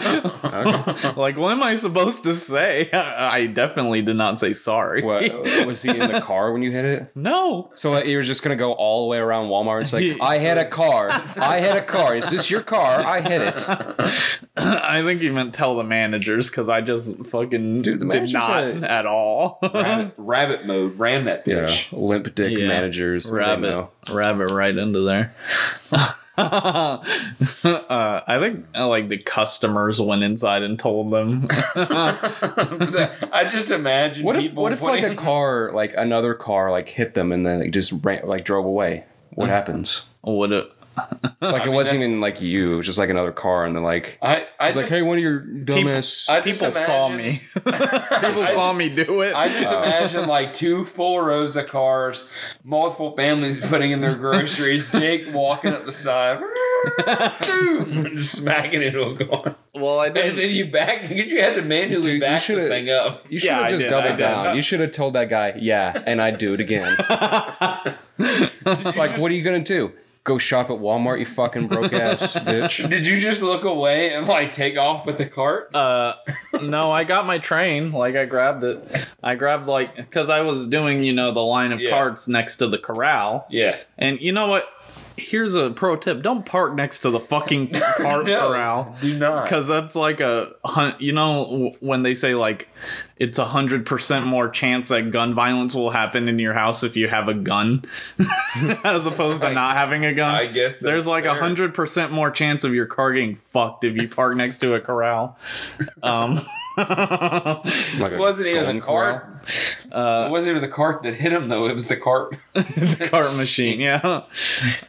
Speaker 1: *laughs* like, what am I supposed to say? *laughs* I I definitely did not say sorry. *laughs*
Speaker 3: What was he in the car when you hit it?
Speaker 1: No. *clears throat*
Speaker 3: So like, you were just gonna go all the way around Walmart.
Speaker 1: *laughs*
Speaker 3: It's like
Speaker 1: Yeah.
Speaker 3: I hit a car. I hit a car. Is this your car? I
Speaker 1: *laughs*
Speaker 3: hit it.
Speaker 1: I think he meant tell the managers because I just fucking
Speaker 3: Dude, the
Speaker 1: did
Speaker 3: managers
Speaker 1: not
Speaker 3: are-
Speaker 1: at all.
Speaker 2: rabbit, rabbit mode ran that
Speaker 3: Yeah,
Speaker 2: bitch.
Speaker 3: limp dick
Speaker 1: Yeah.
Speaker 3: managers.
Speaker 1: *laughs*
Speaker 3: they
Speaker 1: rabbit
Speaker 3: know.
Speaker 1: rabbit right into there *laughs* uh, i think uh, like the customers went inside and told them *laughs*
Speaker 2: *laughs* I just imagine
Speaker 3: What if
Speaker 2: people.
Speaker 3: what if like a
Speaker 2: putting-
Speaker 3: car, like another car, like hit them and then like, just ran, like drove away?
Speaker 1: Mm.
Speaker 3: What happens?
Speaker 1: what a,
Speaker 3: *laughs* Like it wasn't even like you. It was just like another car, and then like
Speaker 2: I, I
Speaker 3: it's like,
Speaker 2: just,
Speaker 3: hey, one of your dumbass.
Speaker 2: I just
Speaker 1: people saw
Speaker 2: imagine- *laughs*
Speaker 1: me. people saw me do it.
Speaker 2: I just
Speaker 3: uh,
Speaker 2: imagine like two full rows of cars, multiple families putting in their
Speaker 3: *laughs*
Speaker 2: groceries, Jake walking up the side, *laughs* and just smacking into a car.
Speaker 1: well, I
Speaker 2: And then you back because you had to manually
Speaker 3: Dude, you
Speaker 2: back the
Speaker 3: should've-
Speaker 2: thing up.
Speaker 3: you should
Speaker 1: Yeah,
Speaker 3: have
Speaker 1: I
Speaker 3: just
Speaker 1: did, I
Speaker 3: doubled
Speaker 1: did.
Speaker 3: down. You should have told that guy, yeah, and I'd do it again.
Speaker 2: *laughs*
Speaker 3: like, what are you gonna do? Go shop at Walmart, you fucking broke ass bitch.
Speaker 2: Did you just look away and like take off with the cart?
Speaker 1: Uh, no, I got my train. Like I grabbed it. I grabbed like because I was doing you know the line of
Speaker 2: Yeah.
Speaker 1: carts next to the corral.
Speaker 2: Yeah.
Speaker 1: And you know what? Here's a pro tip: don't park next to the fucking
Speaker 2: *laughs*
Speaker 1: cart
Speaker 2: No,
Speaker 1: corral.
Speaker 2: Do not.
Speaker 1: Because that's like a hun- you know w- when they say like it's a hundred percent more chance that gun violence will happen in your house if you have a gun, *laughs* as opposed to not having a gun.
Speaker 2: I guess
Speaker 1: there's
Speaker 2: that's
Speaker 1: like a
Speaker 2: fair.
Speaker 1: hundred percent more chance of your car getting fucked if you park next to a corral. Um, *laughs*
Speaker 3: Like a
Speaker 2: It wasn't even
Speaker 3: golden
Speaker 2: the cart. it wasn't even the cart that hit him though. It was the cart.
Speaker 1: the cart machine. Yeah.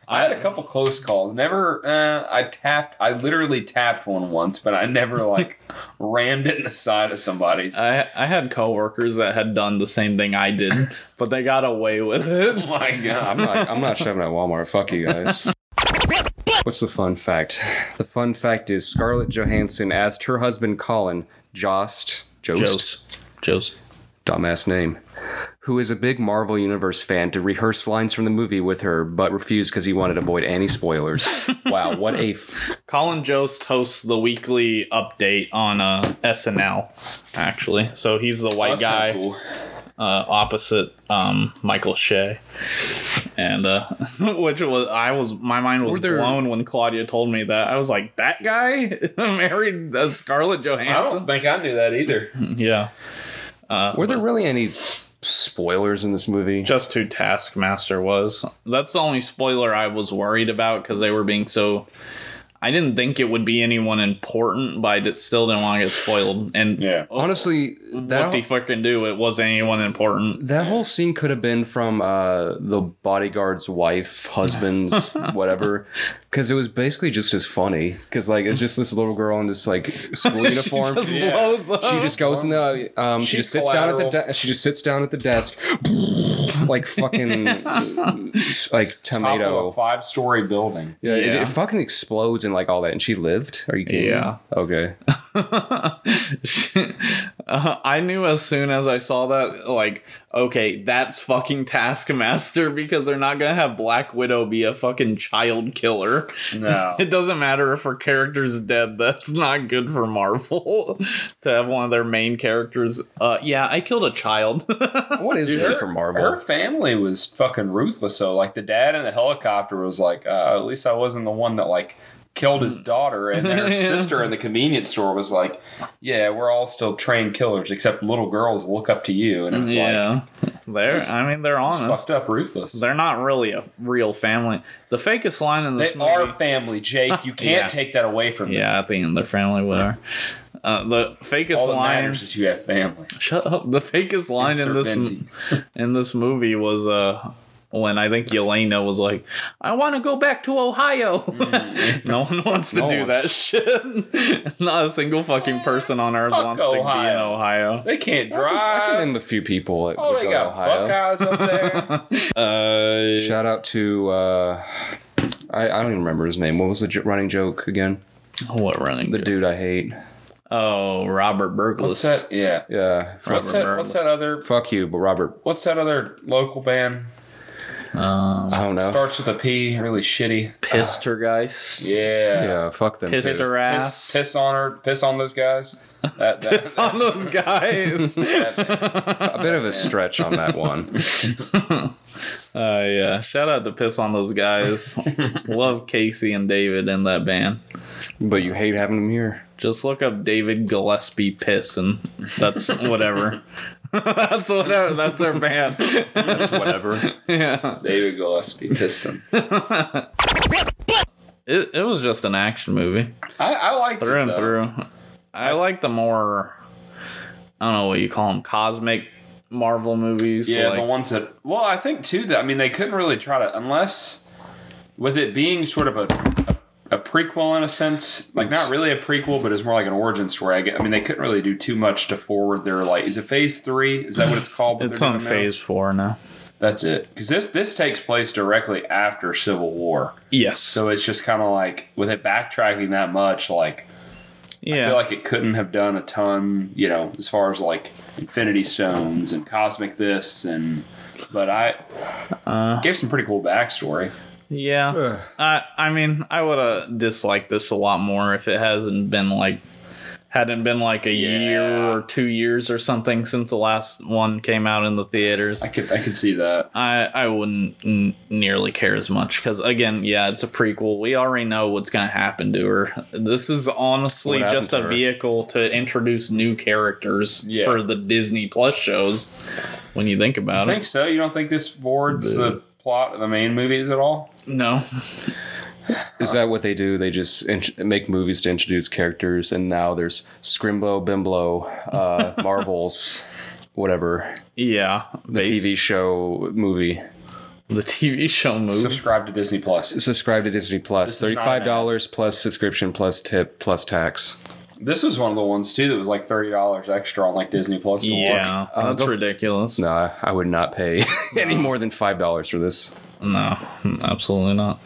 Speaker 2: I had a couple close calls. Never. Uh, I tapped. I literally tapped one once, but I never like rammed it in the side of somebody's.
Speaker 1: I I had coworkers that had done the same thing I did, but they got away with it.
Speaker 2: oh my god.
Speaker 3: I'm not, I'm not shoving at Walmart. Fuck you guys. What's the fun fact? The fun fact is Scarlett Johansson asked her husband Colin Jost, Jost,
Speaker 1: Joe's. Joe's.
Speaker 3: dumbass name, who is a big Marvel Universe fan, to rehearse lines from the movie with her, but refused because he wanted to avoid
Speaker 1: *laughs*
Speaker 3: any spoilers. wow, what a f-
Speaker 1: Colin Jost hosts the weekly update on uh, SNL, actually. So he's the white
Speaker 2: Oh, That's
Speaker 1: guy
Speaker 2: kinda cool.
Speaker 1: uh, opposite um, Michael Shea, and uh, *laughs* which was I was my mind was
Speaker 3: there-
Speaker 1: blown when Claudia told me that. I was like, that guy *laughs* married uh, Scarlett
Speaker 2: I don't
Speaker 1: Johansson.
Speaker 2: think I knew that either.
Speaker 1: Yeah,
Speaker 3: were there really any spoilers in this movie?
Speaker 1: just who Taskmaster was. That's the only spoiler I was worried about because they were being so. I didn't think it would be anyone important, but I did- still didn't want to get spoiled. And
Speaker 2: Yeah.
Speaker 3: Honestly,
Speaker 1: what
Speaker 3: that
Speaker 1: the fucking do? It wasn't anyone important.
Speaker 3: That whole scene could have been from uh, the bodyguard's
Speaker 1: *laughs*
Speaker 3: wife, husband's, whatever, because it was basically just as funny. Because like it's just this little girl in this
Speaker 1: *laughs*
Speaker 3: like school uniform.
Speaker 1: Just *laughs*
Speaker 3: She
Speaker 2: Yeah.
Speaker 1: blows up.
Speaker 3: just goes in the. Um, she
Speaker 2: She's
Speaker 3: just sits down at the.
Speaker 2: collateral.
Speaker 3: De- she just sits down at the desk, like fucking, *laughs* like
Speaker 2: Top of a
Speaker 3: tomato.
Speaker 2: five story building.
Speaker 3: Yeah, It,
Speaker 1: Yeah.
Speaker 3: it fucking explodes and like all that. And she lived. Are you kidding? me?
Speaker 1: Yeah.
Speaker 2: *laughs*
Speaker 3: Okay.
Speaker 1: Uh, I knew as soon as I saw that, like, okay, that's fucking Taskmaster because they're not gonna have Black Widow be a fucking child killer. *laughs*
Speaker 2: No.
Speaker 1: It doesn't matter if her character's dead, that's not good for Marvel *laughs* to have one of their main characters. Uh, yeah, I killed a child. *laughs*
Speaker 3: What is
Speaker 2: Dude,
Speaker 3: it for Marvel?
Speaker 2: Her family was fucking ruthless. So like the dad in the helicopter was like, uh, at least I wasn't the one that like killed his
Speaker 3: Hmm.
Speaker 2: daughter, and
Speaker 3: *laughs*
Speaker 2: then her
Speaker 1: Yeah.
Speaker 2: sister in the convenience store was like, yeah, we're all still trained killers, except little girls look up to you, and it's
Speaker 1: yeah. They're, I mean, they're
Speaker 2: like
Speaker 1: honest.
Speaker 2: fucked up, ruthless.
Speaker 1: They're not really a real family. The fakest line in
Speaker 2: They
Speaker 1: this movie.
Speaker 2: are family,
Speaker 3: *laughs*
Speaker 2: Jake. You can't
Speaker 1: Yeah.
Speaker 2: take that away from them.
Speaker 1: yeah, I think their family were. Uh, the fakest
Speaker 2: All that
Speaker 1: line.
Speaker 2: matters is you have family.
Speaker 1: *laughs* Shut up. The fakest line in this
Speaker 2: Serpenti.
Speaker 1: in this movie was uh when I think Yelena was like, "I want to go back to Ohio." *laughs* no one wants to
Speaker 2: Mm. No
Speaker 1: do
Speaker 2: one
Speaker 1: that shit. *laughs* Not a single fucking person on earth
Speaker 2: Fuck
Speaker 1: wants to be in
Speaker 2: Ohio.
Speaker 1: Ohio.
Speaker 2: They can't
Speaker 3: I can
Speaker 2: drive.
Speaker 3: name a few people. That
Speaker 2: Oh,
Speaker 3: would
Speaker 2: they
Speaker 3: go to
Speaker 2: got
Speaker 3: Ohio.
Speaker 2: Buckeyes up
Speaker 3: *laughs*
Speaker 2: there.
Speaker 1: Uh,
Speaker 3: Shout out to uh, I, I don't even remember his name. What was the j- running joke again?
Speaker 1: what running?
Speaker 3: The
Speaker 1: dude?
Speaker 3: dude I hate.
Speaker 1: Oh, Robert
Speaker 2: What's
Speaker 1: Burgess.
Speaker 2: that? Yeah.
Speaker 3: Yeah. Fuck,
Speaker 2: What's that, what's that other?
Speaker 3: fuck you, but Robert.
Speaker 2: What's that other local band?
Speaker 1: Um,
Speaker 3: I don't know.
Speaker 2: Starts with a P, really shitty.
Speaker 1: pissed her guys.
Speaker 2: Yeah.
Speaker 3: yeah, fuck them.
Speaker 1: Pissed
Speaker 3: too.
Speaker 1: her
Speaker 2: Piss,
Speaker 1: ass.
Speaker 2: piss on her, piss on
Speaker 1: *laughs*
Speaker 2: those guys.
Speaker 1: *laughs*
Speaker 2: That, that,
Speaker 1: Piss on those
Speaker 2: *laughs*
Speaker 1: guys.
Speaker 3: A bit of a stretch on that one.
Speaker 1: Uh, yeah. Shout out to Piss on Those
Speaker 2: *laughs*
Speaker 1: Guys. Love Casey and David in that band.
Speaker 3: but you hate having him here.
Speaker 1: Just look up David Gillespie Piss and that's whatever.
Speaker 2: *laughs*
Speaker 1: that's whatever. That's their band.
Speaker 3: That's whatever.
Speaker 1: yeah.
Speaker 2: David Gillespie pissed them.
Speaker 1: It, it was just an action movie
Speaker 2: I, I liked
Speaker 1: through
Speaker 2: it,
Speaker 1: and
Speaker 2: though.
Speaker 1: through. I like the more, I don't know what you call them, cosmic Marvel movies.
Speaker 2: Yeah,
Speaker 1: like-
Speaker 2: the ones that. Well, I think too that I mean they couldn't really try to unless with it being sort of a a prequel in a sense, like not really a prequel, but it's more like an origin story. I, get, I mean, they couldn't really do too much to forward their like. Is it phase three? Is that what it's called? that
Speaker 1: it's
Speaker 2: they're
Speaker 1: on
Speaker 2: doing now?
Speaker 1: phase four now.
Speaker 2: That's it. Because this this takes place directly after Civil War,
Speaker 1: Yes.
Speaker 2: so it's just kind of like with it backtracking that much, like
Speaker 1: yeah.
Speaker 2: I feel like it couldn't have done a ton, you know, as far as like Infinity Stones and cosmic this and. But I
Speaker 1: Uh.
Speaker 2: gave some pretty cool backstory.
Speaker 1: Yeah. I I mean, I would have disliked this a lot more if it hasn't been like hadn't been like a year
Speaker 2: Yeah.
Speaker 1: or two years or something since the last one came out in the theaters.
Speaker 2: I could I could see that.
Speaker 1: I I wouldn't n- nearly care as much cuz again, yeah, it's a prequel. We already know what's going to happen to her. This is honestly
Speaker 3: What happened
Speaker 1: just
Speaker 3: to
Speaker 1: a
Speaker 3: her?
Speaker 1: vehicle to introduce new characters
Speaker 2: Yeah.
Speaker 1: for the Disney Plus shows when you think about
Speaker 2: I think
Speaker 1: it.
Speaker 2: so. You don't think this boards the plot of the main movies at all?
Speaker 1: No.
Speaker 3: *laughs*
Speaker 1: *laughs*
Speaker 3: Is that what they do? They just int- make movies
Speaker 1: *laughs*
Speaker 3: to introduce characters, and now there's Scrimbo Bimbo, uh, Marvels, whatever
Speaker 1: Yeah.
Speaker 3: the TV show movie.
Speaker 1: The TV show movie.
Speaker 2: Subscribe to Disney Plus.
Speaker 3: Subscribe to Disney Plus.
Speaker 2: This is not an
Speaker 3: Thirty-five
Speaker 2: ad.
Speaker 3: dollars plus subscription plus tip plus tax.
Speaker 2: This was one of the ones too that was like thirty dollars extra on like Disney Plus. to watch.
Speaker 1: Yeah,
Speaker 3: Uh,
Speaker 1: that's
Speaker 3: go-
Speaker 1: ridiculous.
Speaker 3: No, I- I would not pay *laughs* any more than five dollars for this.
Speaker 1: No, absolutely not.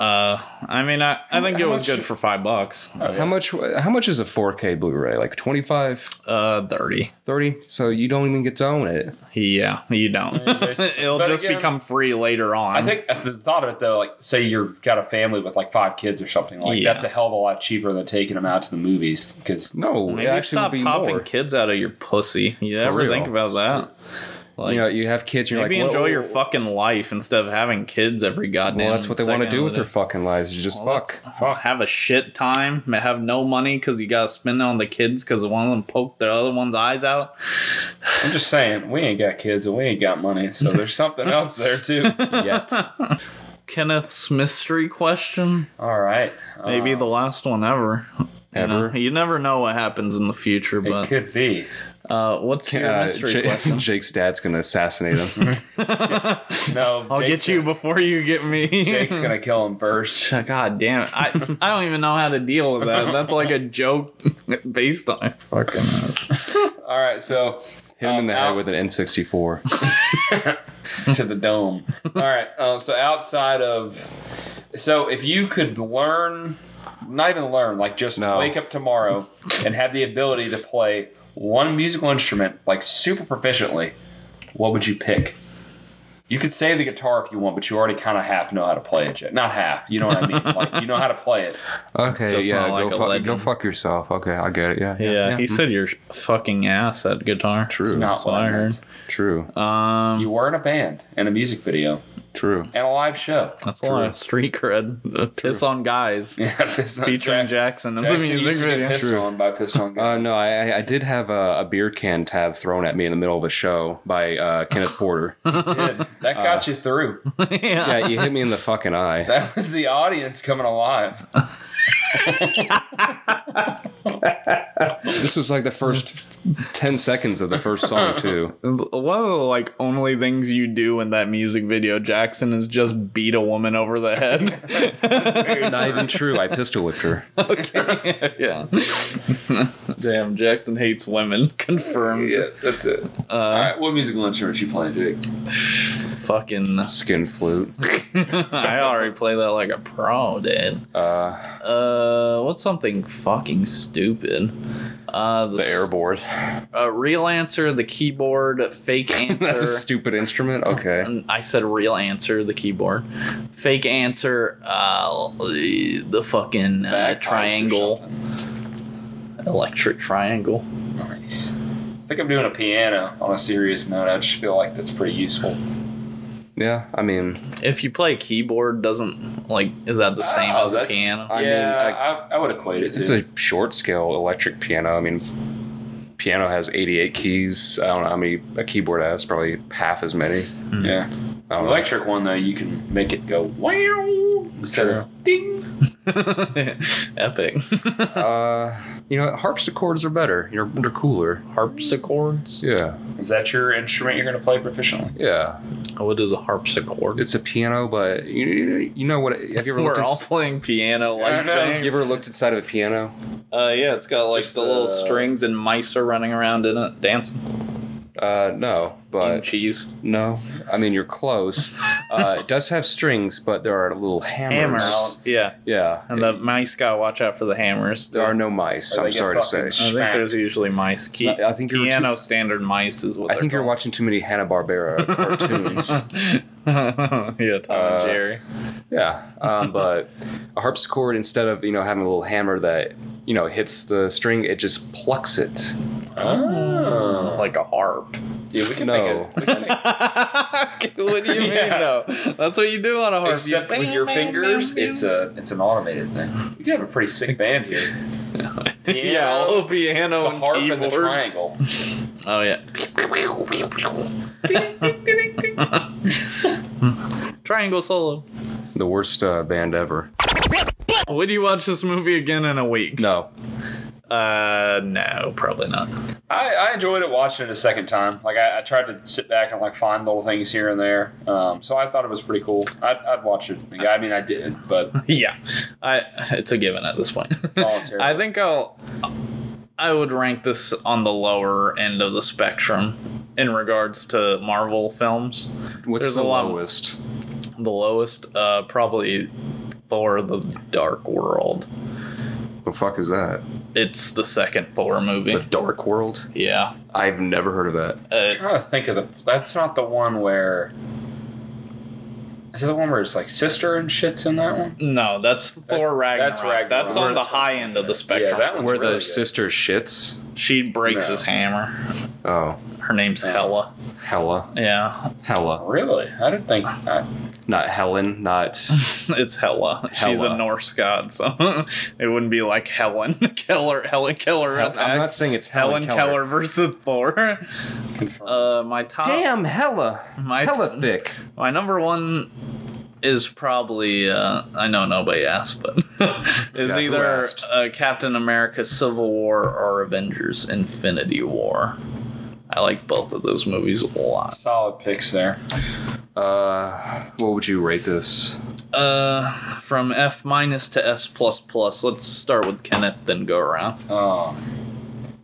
Speaker 1: Uh, I mean, I, I think it
Speaker 3: how
Speaker 1: was
Speaker 3: much-
Speaker 1: good for five bucks.
Speaker 3: How much? How much is a 4K Blu-ray? Like 25,
Speaker 1: Uh, thirty.
Speaker 3: 30? So you don't even get to own it.
Speaker 1: Yeah, you don't. *laughs*
Speaker 2: Anyways,
Speaker 1: It'll
Speaker 2: but
Speaker 1: just
Speaker 2: again-
Speaker 1: become free later on.
Speaker 2: I think at the thought of it though, like say you've got a family with like five kids or something, like
Speaker 1: Yeah.
Speaker 2: that's a hell of a lot cheaper than taking them out to the movies because
Speaker 3: No,
Speaker 1: maybe
Speaker 3: it actually
Speaker 1: stop
Speaker 3: would be
Speaker 1: popping
Speaker 3: more.
Speaker 1: kids out of your pussy. You ever
Speaker 3: real.
Speaker 1: think about that? Like,
Speaker 3: you know, you have kids. You're
Speaker 1: maybe
Speaker 3: like,
Speaker 1: enjoy
Speaker 3: well,
Speaker 1: your fucking life instead of having kids every goddamn.
Speaker 3: Well, that's what they want to do with their fucking lives. Is just fuck.
Speaker 1: Fuck. Have a shit time. Have no money because you gotta spend it on the kids because one of them poked the other one's eyes out.
Speaker 2: I'm just saying we ain't got kids and we ain't got money, so
Speaker 1: *laughs*
Speaker 2: there's something else there too.
Speaker 3: *laughs* Yet.
Speaker 1: Kenneth's mystery question.
Speaker 2: All right,
Speaker 1: Maybe the last one ever. You,
Speaker 3: Ever?
Speaker 1: know, you never know what happens in the future,
Speaker 2: it
Speaker 1: but
Speaker 2: could be.
Speaker 1: uh, what's your
Speaker 3: Uh,
Speaker 1: mystery
Speaker 3: Ja-
Speaker 1: question?
Speaker 3: *laughs* Jake's dad's gonna assassinate *laughs* him.
Speaker 2: No,
Speaker 1: I'll
Speaker 2: Jake's
Speaker 1: get you
Speaker 2: gonna-
Speaker 1: before you get *laughs* me.
Speaker 2: Jake's gonna kill him first.
Speaker 1: God damn it! I I don't even know how to deal with that. That's like a joke *laughs* based on fucking.
Speaker 2: All right, so
Speaker 3: Hit him in the
Speaker 2: Um,
Speaker 3: head
Speaker 2: out-
Speaker 3: with an N64.
Speaker 2: *laughs* to the dome. All right. Um, so outside of, so if you could learn, not even learn, like just
Speaker 3: No.
Speaker 2: wake up tomorrow and have the ability to play one musical instrument like super proficiently, what would you pick? You could say the guitar if you want, but you already kind of half know how to play it. Yet. Not half. You know what I mean? Like you know how to play it.
Speaker 3: Okay,
Speaker 1: Just
Speaker 3: yeah,
Speaker 1: not like a
Speaker 3: go, fu- go
Speaker 1: legend.
Speaker 3: fuck yourself. Okay, I get it. Yeah,
Speaker 1: Yeah, he said you're fucking ass at guitar.
Speaker 2: It's
Speaker 3: true,
Speaker 2: not
Speaker 1: That's
Speaker 2: what
Speaker 1: what I
Speaker 2: I
Speaker 1: heard.
Speaker 2: meant.
Speaker 3: true,
Speaker 1: Um,
Speaker 2: You were in a band and a music video
Speaker 3: true.
Speaker 2: and a live show.
Speaker 1: that's a lot of street cred. Piss on guys.
Speaker 2: Yeah, Piston-
Speaker 1: Featuring
Speaker 2: Jack-
Speaker 1: Jackson in the
Speaker 2: Jackson
Speaker 1: music
Speaker 2: used to get
Speaker 1: video. *laughs*
Speaker 2: pissed
Speaker 3: True.
Speaker 2: on by pissed on guy.
Speaker 3: Uh, no, I, I- I did have a, a beer can tab thrown at me in the middle of a show by uh,
Speaker 1: *laughs*
Speaker 3: Kenneth Porter.
Speaker 2: Did. That got
Speaker 1: Uh,
Speaker 2: you through.
Speaker 3: yeah, you hit me in the fucking eye.
Speaker 2: That was the audience
Speaker 1: *laughs*
Speaker 2: coming alive.
Speaker 3: This was like the first ten seconds of the first song too.
Speaker 1: One of the like only things you do in that music video, Jackson, is just beat a woman over the *laughs* head.
Speaker 3: Not even true. I pistol whipped her.
Speaker 1: okay. yeah. *laughs* Damn, Jackson hates women. *laughs* Confirmed.
Speaker 2: that's it.
Speaker 1: Uh,
Speaker 2: All right, what musical instrument you playing, Jake?
Speaker 1: Fucking. *laughs*
Speaker 3: Skin flute.
Speaker 1: I already play that like a pro, dude.
Speaker 3: Uh,
Speaker 1: Uh, what's something fucking stupid? Uh, the,
Speaker 3: the airboard.
Speaker 1: Uh, real answer, the keyboard, *laughs* fake answer.
Speaker 3: *laughs* That's a stupid instrument. Okay.
Speaker 1: And I said real answer, the keyboard. Fake answer, uh, the fucking uh,
Speaker 2: Bagpipes or
Speaker 1: triangle,
Speaker 2: something.
Speaker 1: electric triangle.
Speaker 2: Nice. I think I'm doing a piano on a serious note. I just feel like that's pretty useful.
Speaker 3: Yeah, I mean,
Speaker 1: If you play keyboard, doesn't like is that the same
Speaker 2: Oh,
Speaker 1: as a
Speaker 2: that's-
Speaker 1: piano?
Speaker 3: I mean,
Speaker 2: yeah, I, I would equate it
Speaker 3: it's
Speaker 2: to.
Speaker 3: a short scale electric piano. I mean, piano has 88 keys. I don't know how many a keyboard has, probably half as many.
Speaker 1: Hmm.
Speaker 2: yeah.
Speaker 3: I
Speaker 2: An
Speaker 3: don't know.
Speaker 2: electric one, though, you can make it go wow instead of ding.
Speaker 1: *laughs* Epic. *laughs*
Speaker 3: Uh, you know, harpsichords are better. You're, they're cooler.
Speaker 1: Harpsichords.
Speaker 3: Yeah,
Speaker 2: Is that your instrument you're going to play proficiently?
Speaker 3: yeah.
Speaker 1: What Oh, is a harpsichord?
Speaker 3: It's a piano, but you, you you know what? Have you ever
Speaker 1: We're
Speaker 3: looked
Speaker 1: all
Speaker 3: ins-
Speaker 1: playing piano
Speaker 2: I
Speaker 1: like
Speaker 2: know.
Speaker 1: things.
Speaker 3: you ever looked inside of a piano?
Speaker 1: Uh, yeah, it's got like
Speaker 2: Just
Speaker 1: the, little
Speaker 2: the-
Speaker 1: strings and mice are running around in it, dancing,
Speaker 3: Uh, no,
Speaker 1: and
Speaker 3: but
Speaker 1: cheese.
Speaker 3: no. I mean, you're close. Uh, it does have strings, but there are little hammers.
Speaker 1: Hammers. Yeah,
Speaker 3: Yeah,
Speaker 1: and the mice gotta watch out for the hammers.
Speaker 3: there are no mice.
Speaker 2: Or they
Speaker 3: I'm
Speaker 2: get
Speaker 3: sorry to
Speaker 2: fucking
Speaker 3: say. *laughs*
Speaker 1: I think
Speaker 2: Smack.
Speaker 1: there's usually mice. Key,
Speaker 3: not- I think you're too-
Speaker 1: piano standard mice is what
Speaker 3: I think you're watching too many Hanna Barbera *laughs* cartoons.
Speaker 1: watching. *laughs* yeah, Tom
Speaker 3: Uh,
Speaker 1: and Jerry.
Speaker 3: yeah, um, but a harpsichord instead of you know having a little hammer that you know hits the string, it just plucks it.
Speaker 2: Uh, Oh.
Speaker 1: Like a harp.
Speaker 2: Dude, we can make
Speaker 3: No.
Speaker 2: it. We can make
Speaker 1: what do you mean
Speaker 2: Yeah.
Speaker 1: though? That's what you do on a harp.
Speaker 2: Except
Speaker 1: you,
Speaker 2: with your fingers, it's a it's an automated thing. We could have a pretty sick band here.
Speaker 1: yeah,
Speaker 2: Piano,
Speaker 1: all piano
Speaker 2: the
Speaker 1: and
Speaker 2: *laughs* harp and the
Speaker 1: keyboards.
Speaker 2: triangle.
Speaker 1: Oh yeah. *laughs* Triangle solo.
Speaker 3: The worst uh, band ever.
Speaker 1: Would you watch this movie again in a week?
Speaker 3: No,
Speaker 1: Uh, no, probably not.
Speaker 2: I, I enjoyed it watching it a second time. Like I, I tried to sit back and like find little things here and there. Um, so I thought it was pretty cool. I'd, I'd watch it. Yeah, I mean, I did, but
Speaker 1: Yeah, I it's a given at this
Speaker 2: *laughs*
Speaker 1: point.
Speaker 2: Voluntarily.
Speaker 1: I think I'll I would rank this on the lower end of the spectrum in regards to Marvel films.
Speaker 3: What's
Speaker 1: There's
Speaker 3: the
Speaker 1: a lot-
Speaker 3: lowest?
Speaker 1: The lowest, uh, probably Thor: The Dark World.
Speaker 3: The fuck is that?
Speaker 1: It's the second Thor
Speaker 3: The
Speaker 1: movie.
Speaker 3: Dark World?
Speaker 1: Yeah,
Speaker 3: I've never heard of that.
Speaker 1: uh,
Speaker 2: I'm trying to think of the. That's not the one where. Is that the one where it's like sister and shit's in that one?
Speaker 1: no, that's Thor Ragnarok.
Speaker 2: that's
Speaker 1: That's,
Speaker 2: Ragnarok.
Speaker 1: on the high end of the spectrum.
Speaker 2: Yeah, that one's
Speaker 3: Where the
Speaker 2: really good.
Speaker 3: sister shits?
Speaker 1: She breaks
Speaker 2: No.
Speaker 1: his hammer.
Speaker 3: Oh,
Speaker 1: Her name's
Speaker 2: Yeah.
Speaker 1: Hella.
Speaker 3: Hella.
Speaker 1: Yeah,
Speaker 3: Hella.
Speaker 2: Really, I didn't think. I,
Speaker 3: Not
Speaker 1: *laughs*
Speaker 3: Helen, not.
Speaker 1: it's Hella. She's
Speaker 3: Hela.
Speaker 1: a Norse god, so *laughs* it wouldn't be like Helen *laughs* Keller. Helen Keller.
Speaker 3: I'm
Speaker 1: attacks.
Speaker 3: not saying it's
Speaker 1: Helen
Speaker 3: Helen,
Speaker 1: Keller. versus Thor. *laughs* Uh, my top.
Speaker 3: Damn, Hella.
Speaker 1: My-
Speaker 3: Hella thick.
Speaker 1: My number one is probably uh, I know nobody asked, but *laughs* is
Speaker 3: Yeah, who
Speaker 1: either
Speaker 3: asked?
Speaker 1: uh, Captain America: Civil War or Avengers: Infinity War. I like both of those movies a lot.
Speaker 2: solid picks there.
Speaker 3: Uh, what would you rate this?
Speaker 1: Uh, from F minus to S plus plus. Let's start with Kenneth, then go around.
Speaker 2: Um,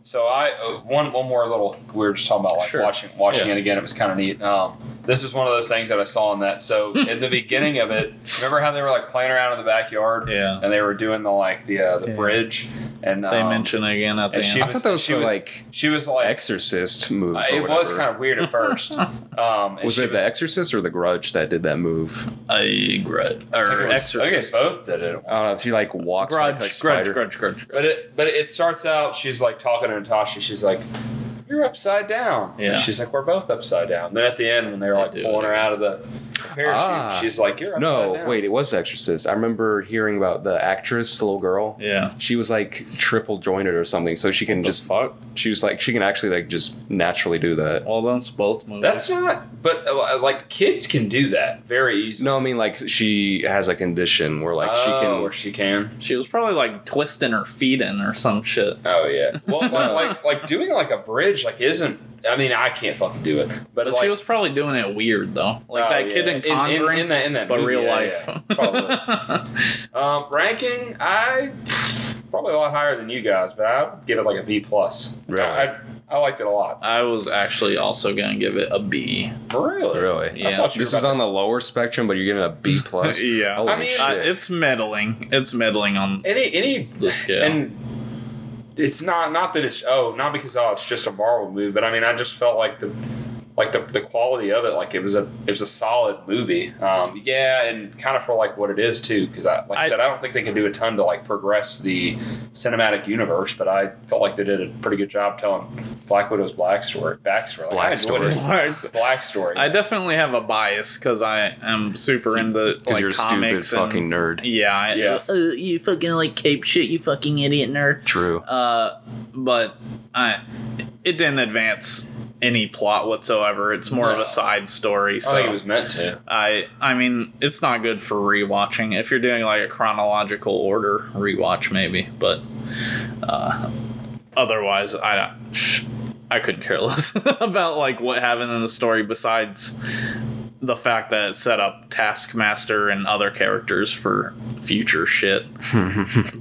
Speaker 2: so I uh, one one more little. We were just talking about like
Speaker 1: Sure.
Speaker 2: watching watching
Speaker 1: Yeah.
Speaker 2: it again. It was kind of neat. Um, this is one of those things that I saw in that. So in the beginning of it, remember how they were like playing around in the backyard?
Speaker 1: Yeah.
Speaker 2: And they were doing the like the uh, the
Speaker 1: Yeah.
Speaker 2: bridge and
Speaker 1: They
Speaker 2: um,
Speaker 1: mention it again at the
Speaker 2: And she
Speaker 1: end.
Speaker 3: I
Speaker 2: was,
Speaker 3: thought that was
Speaker 2: she
Speaker 3: for,
Speaker 2: was
Speaker 3: like,
Speaker 2: she was like
Speaker 3: Exorcist move.
Speaker 2: Uh,
Speaker 3: or
Speaker 2: it was
Speaker 3: whatever.
Speaker 2: kind of weird at
Speaker 3: *laughs*
Speaker 2: first. Um, and
Speaker 3: Was
Speaker 2: she
Speaker 3: it The Exorcist or The Grudge that did that move?
Speaker 1: I regret
Speaker 2: I
Speaker 1: or
Speaker 2: think it was- I think
Speaker 1: Exorcist.
Speaker 2: it both did it.
Speaker 3: I don't know. She like walks
Speaker 1: Grudge,
Speaker 3: like,
Speaker 1: grudge,
Speaker 3: like spider.
Speaker 1: grudge, grudge.
Speaker 2: But it but it starts out. She's like talking to Natasha. She's like, "You're upside down."
Speaker 1: Yeah.
Speaker 2: And she's like, "We're both upside down." Then at the end, when they were
Speaker 1: I
Speaker 2: like
Speaker 1: do,
Speaker 2: pulling
Speaker 1: I
Speaker 2: her out of the parachute,
Speaker 3: Ah.
Speaker 2: she's like, "You're upside
Speaker 3: No,
Speaker 2: down."
Speaker 3: wait, it was The Exorcist. I remember hearing about the actress, the little girl.
Speaker 1: Yeah.
Speaker 3: She was like triple jointed or something, so she can just.
Speaker 1: fuck.
Speaker 3: She was like she can actually like just naturally do that.
Speaker 1: Well, that's both movies.
Speaker 2: That's not. But uh, like kids can do that very easily.
Speaker 3: No, I mean like she has a condition where like she
Speaker 2: Oh,
Speaker 3: can.
Speaker 2: or she can.
Speaker 1: She was probably like twisting her feet in or some shit.
Speaker 2: Oh yeah.
Speaker 3: *laughs*
Speaker 2: Well, like, like like doing like a bridge like isn't. I mean, I can't fucking do it. But,
Speaker 1: But
Speaker 2: like,
Speaker 1: she was probably doing it weird though, like
Speaker 2: Oh,
Speaker 1: that kid
Speaker 2: yeah.
Speaker 1: in Conjuring,
Speaker 2: in, that, in that
Speaker 1: but
Speaker 2: movie,
Speaker 1: real
Speaker 2: yeah,
Speaker 1: life.
Speaker 2: yeah, probably. um, ranking, I probably a lot higher than you guys, but I would give it like a B plus.
Speaker 3: Really?
Speaker 2: I, I liked it a
Speaker 1: *laughs*
Speaker 2: lot.
Speaker 1: I was actually also gonna give it a B.
Speaker 2: Really?
Speaker 3: Really?
Speaker 1: Yeah.
Speaker 2: I thought you
Speaker 3: This
Speaker 2: were
Speaker 3: is
Speaker 2: about
Speaker 3: on the lower spectrum, but you're giving it a B plus.
Speaker 1: Yeah.
Speaker 3: Holy
Speaker 2: I mean,
Speaker 3: shit.
Speaker 1: Uh, it's meddling. It's meddling on
Speaker 2: to- any any
Speaker 1: the scale.
Speaker 2: and it's not not that it's oh not because oh it's just a Marvel movie, but I mean I just felt like the like the, the quality of it like it was a it was a solid movie um, yeah and kind of for like what it is too because I like I,
Speaker 1: I-
Speaker 2: said I don't think they can do a ton to like progress the cinematic universe but I felt like they did a pretty good job telling Black Widow's black story back story like,
Speaker 3: Black
Speaker 2: I enjoyed
Speaker 3: story.
Speaker 2: it. black story
Speaker 1: I definitely have a bias because I am super into
Speaker 3: because
Speaker 1: like
Speaker 3: you're a stupid
Speaker 1: comics and
Speaker 3: fucking nerd.
Speaker 1: yeah, I-
Speaker 2: Yeah.
Speaker 1: Uh, you fucking like cape shit, you fucking idiot nerd.
Speaker 3: True.
Speaker 1: Uh, but I, it didn't advance any plot whatsoever. It's more of
Speaker 2: No.
Speaker 1: a side story.
Speaker 2: I
Speaker 1: So
Speaker 2: think it was meant to
Speaker 1: I, I mean, it's not good for rewatching. If you're doing like a chronological order rewatch, maybe. But uh, otherwise, I don't. I couldn't care *laughs* less about like what happened in the story besides the fact that it set up Taskmaster and other characters for future *laughs* shit.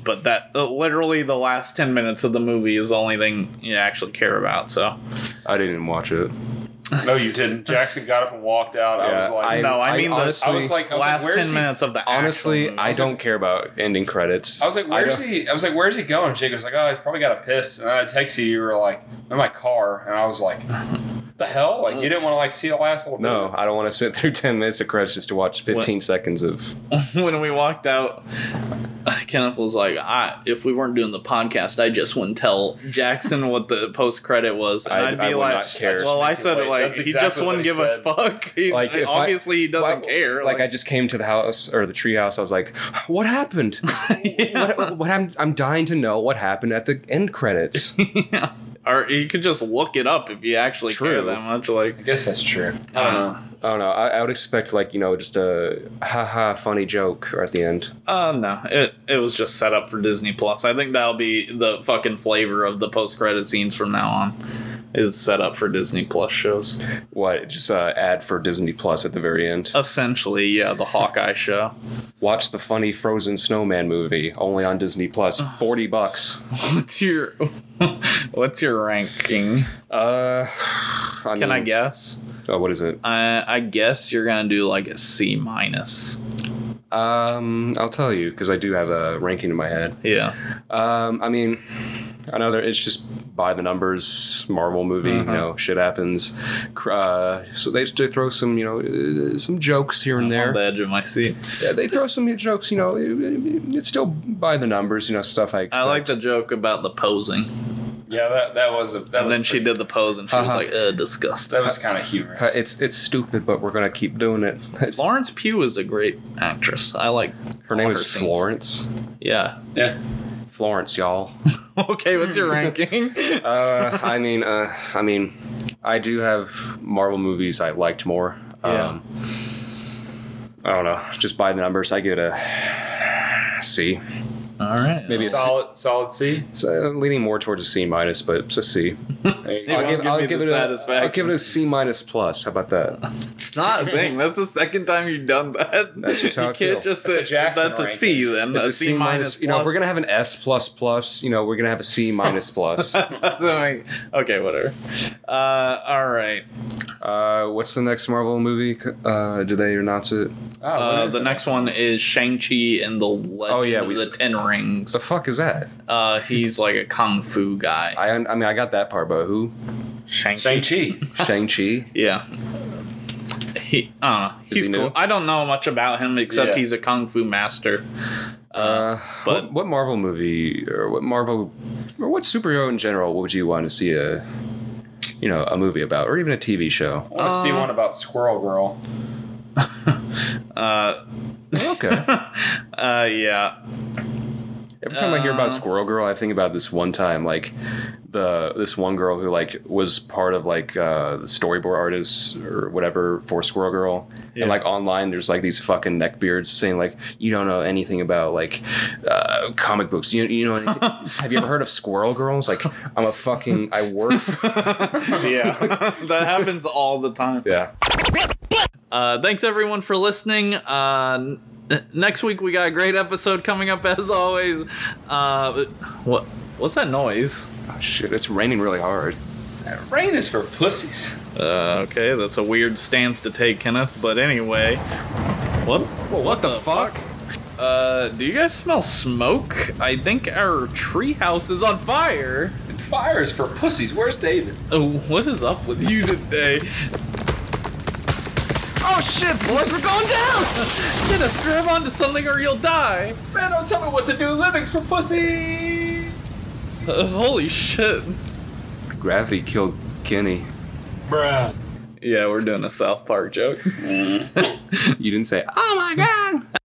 Speaker 1: but that uh, literally the last 10 minutes of the movie is the only thing you actually care about. So
Speaker 3: I didn't watch it.
Speaker 2: no you didn't Jackson got up and walked out I
Speaker 3: Yeah,
Speaker 2: was like
Speaker 1: No, I mean the-
Speaker 3: honestly,
Speaker 2: I was like I was
Speaker 1: last
Speaker 2: like,
Speaker 1: 10
Speaker 2: where's he
Speaker 1: minutes of the actual
Speaker 3: honestly,
Speaker 1: movie.
Speaker 3: I don't care about ending credits.
Speaker 2: I was like, "Where's he?" I was like, "Where's he going?" Jake was like, "Oh, he's probably got a piss." And then I texted you, you were like, "In my car," and I was like, "The hell!" Like you didn't want to like see the last little
Speaker 3: No, I don't want to sit through *laughs* 10 minutes of credits just to watch 15 seconds of.
Speaker 1: *laughs* when we walked out, Kenneth was like, I, "If we weren't doing the podcast, I just wouldn't tell Jackson what the post credit was." And
Speaker 3: I-
Speaker 1: I, would be
Speaker 3: I would
Speaker 1: like,
Speaker 3: not care.
Speaker 1: "Well, I said it
Speaker 2: Wait,
Speaker 1: like
Speaker 2: that's
Speaker 1: he
Speaker 2: exactly
Speaker 1: just
Speaker 2: what
Speaker 1: wouldn't
Speaker 2: he
Speaker 1: give
Speaker 2: said.
Speaker 1: a fuck. He,
Speaker 3: Like, if I-
Speaker 1: obviously, he doesn't
Speaker 3: Like-
Speaker 1: care."
Speaker 3: Like, I just came to the house or the tree house. I was like, what happened?
Speaker 1: Yeah. *laughs*
Speaker 3: *laughs* What, what happened? I'm dying to know what happened at the end credits.
Speaker 1: or you could just look it up if you actually care
Speaker 3: True.
Speaker 1: that much. Like,
Speaker 2: I guess that's true.
Speaker 1: I don't know.
Speaker 3: I don't know. I, I would expect like you know just a haha funny joke at the end.
Speaker 1: Uh, no, it it was just set up for Disney Plus. I think that'll be the fucking flavor of the post credit scenes from now on. Is set up for Disney Plus shows.
Speaker 3: What just uh, ad for Disney Plus at the very end?
Speaker 1: Essentially, yeah, the Hawkeye show.
Speaker 3: Watch the funny Frozen Snowman movie only on Disney Plus. Forty bucks.
Speaker 1: What's your What's your ranking?
Speaker 3: Uh, *sighs*
Speaker 1: Can I guess?
Speaker 3: Oh, what is it?
Speaker 1: I I guess you're gonna do like a C minus.
Speaker 3: Um, I'll tell you because I do have a ranking in my head.
Speaker 1: Yeah.
Speaker 3: Um, I mean, another it's just by the numbers Marvel movie.
Speaker 1: Mm-hmm.
Speaker 3: You know, shit happens. Cr- Uh, so they, they throw some you know uh, some jokes here and
Speaker 1: On
Speaker 3: there.
Speaker 1: the edge of my seat.
Speaker 3: Yeah, they throw some jokes. You know, it, it- it's still by the numbers. You know, stuff I expect.
Speaker 1: I like the joke about the posing,
Speaker 2: Yeah, that that was a that
Speaker 1: and
Speaker 2: was
Speaker 1: then she
Speaker 2: pretty-
Speaker 1: did the pose, and she was
Speaker 3: Uh-huh.
Speaker 1: like, "Uh, disgusting."
Speaker 2: that was kind of humorous.
Speaker 3: Uh, It's it's stupid, but we're gonna keep doing it. It's-
Speaker 1: Florence Pugh is a great actress. I like
Speaker 3: her name
Speaker 1: all
Speaker 3: is
Speaker 1: scenes.
Speaker 3: Florence.
Speaker 1: Yeah. *laughs*
Speaker 2: yeah,
Speaker 3: Florence, y'all.
Speaker 1: okay, what's
Speaker 3: Hmm.
Speaker 1: your
Speaker 3: *laughs*
Speaker 1: ranking?
Speaker 3: Uh, I mean, uh, I mean, I do have Marvel movies I liked more.
Speaker 1: Yeah.
Speaker 3: Um, I don't know. Just by the numbers, I give it a C.
Speaker 1: All right.
Speaker 3: Maybe it's-
Speaker 2: solid solid C.
Speaker 3: So, uh, leaning more towards a C minus, but it's a C.
Speaker 2: There you
Speaker 1: It
Speaker 2: go.
Speaker 1: won't give me the
Speaker 3: it a. I'll
Speaker 1: satisfaction.
Speaker 3: give it a C minus plus. How
Speaker 1: *laughs*
Speaker 3: about that?
Speaker 1: it's not a thing. That's the second time you've done that.
Speaker 3: That's just
Speaker 1: you
Speaker 3: how I
Speaker 1: can't
Speaker 3: feel.
Speaker 1: just
Speaker 2: That's
Speaker 1: say
Speaker 2: a Jackson
Speaker 1: that's a C then.
Speaker 3: It's
Speaker 1: a C minus.
Speaker 3: You know, if we're
Speaker 1: plus.
Speaker 3: gonna have an S plus plus. You know, we're gonna have
Speaker 1: *laughs*
Speaker 3: a C minus plus.
Speaker 1: That's what I mean. okay, whatever. Uh, all right.
Speaker 3: Uh, what's the next Marvel movie? Uh, did they announce it?
Speaker 2: Oh, what
Speaker 1: Uh,
Speaker 2: is
Speaker 1: the
Speaker 2: it?
Speaker 1: next one is Shang Chi and the Legend
Speaker 3: Oh, yeah, we
Speaker 1: of the
Speaker 3: s-
Speaker 1: Ten Rings.
Speaker 3: The fuck is that?
Speaker 1: Uh, he's like a kung fu guy.
Speaker 3: I un- I mean, I got that part,
Speaker 1: *laughs*
Speaker 3: but who?
Speaker 1: Shang
Speaker 2: Shang
Speaker 1: Chi.
Speaker 2: Chi.
Speaker 3: Shang Chi.
Speaker 1: Yeah. He, I don't know.
Speaker 3: Is
Speaker 1: He's
Speaker 3: he
Speaker 1: cool.
Speaker 3: new?
Speaker 1: I don't know much about him except
Speaker 2: Yeah.
Speaker 1: he's a kung fu master.
Speaker 3: Uh,
Speaker 1: but-
Speaker 3: what, what Marvel movie or what Marvel or what superhero in general would you want to see a you know a movie about or even a TV
Speaker 1: *laughs*
Speaker 3: show?
Speaker 2: I want to see
Speaker 1: Uh,
Speaker 2: one about Squirrel Girl.
Speaker 3: Oh, Okay.
Speaker 1: Uh, yeah. *laughs*
Speaker 3: Every time I hear
Speaker 1: Uh.
Speaker 3: about Squirrel Girl, I think about this one time like the this one girl who like was part of like uh, the storyboard artists or whatever for Squirrel Girl.
Speaker 1: Yeah.
Speaker 3: And like online, there's like these fucking neckbeards saying like, "You don't know anything about like uh, comic books.
Speaker 1: *laughs*
Speaker 3: You you know anything? have you ever heard of Squirrel Girl?" It's like I'm a fucking I
Speaker 1: *laughs*
Speaker 3: work. For,
Speaker 1: Yeah. that happens all the time.
Speaker 3: yeah.
Speaker 1: Uh, thanks everyone for listening. Uh, n- next week we got a great episode coming up as always. Uh, what what's that noise?
Speaker 3: Shit, it's raining really hard.
Speaker 2: *laughs* Rain is for pussies.
Speaker 1: Uh, okay, that's a weird stance to take, Kenneth. But anyway, what what, the, fuck? Uh, do you guys smell smoke? I think our treehouse is on fire.
Speaker 2: Fire is for pussies. Where's David?
Speaker 1: Oh, what is up with you today? Oh shit, boys, we're going down! *laughs* Kenneth, grab onto something or you'll die.
Speaker 2: Man, don't tell me what to do. Living's for pussy.
Speaker 1: Uh, holy shit.
Speaker 3: Gravity killed Kenny.
Speaker 1: Yeah, we're doing a South Park joke.
Speaker 3: You didn't say, "Oh my god."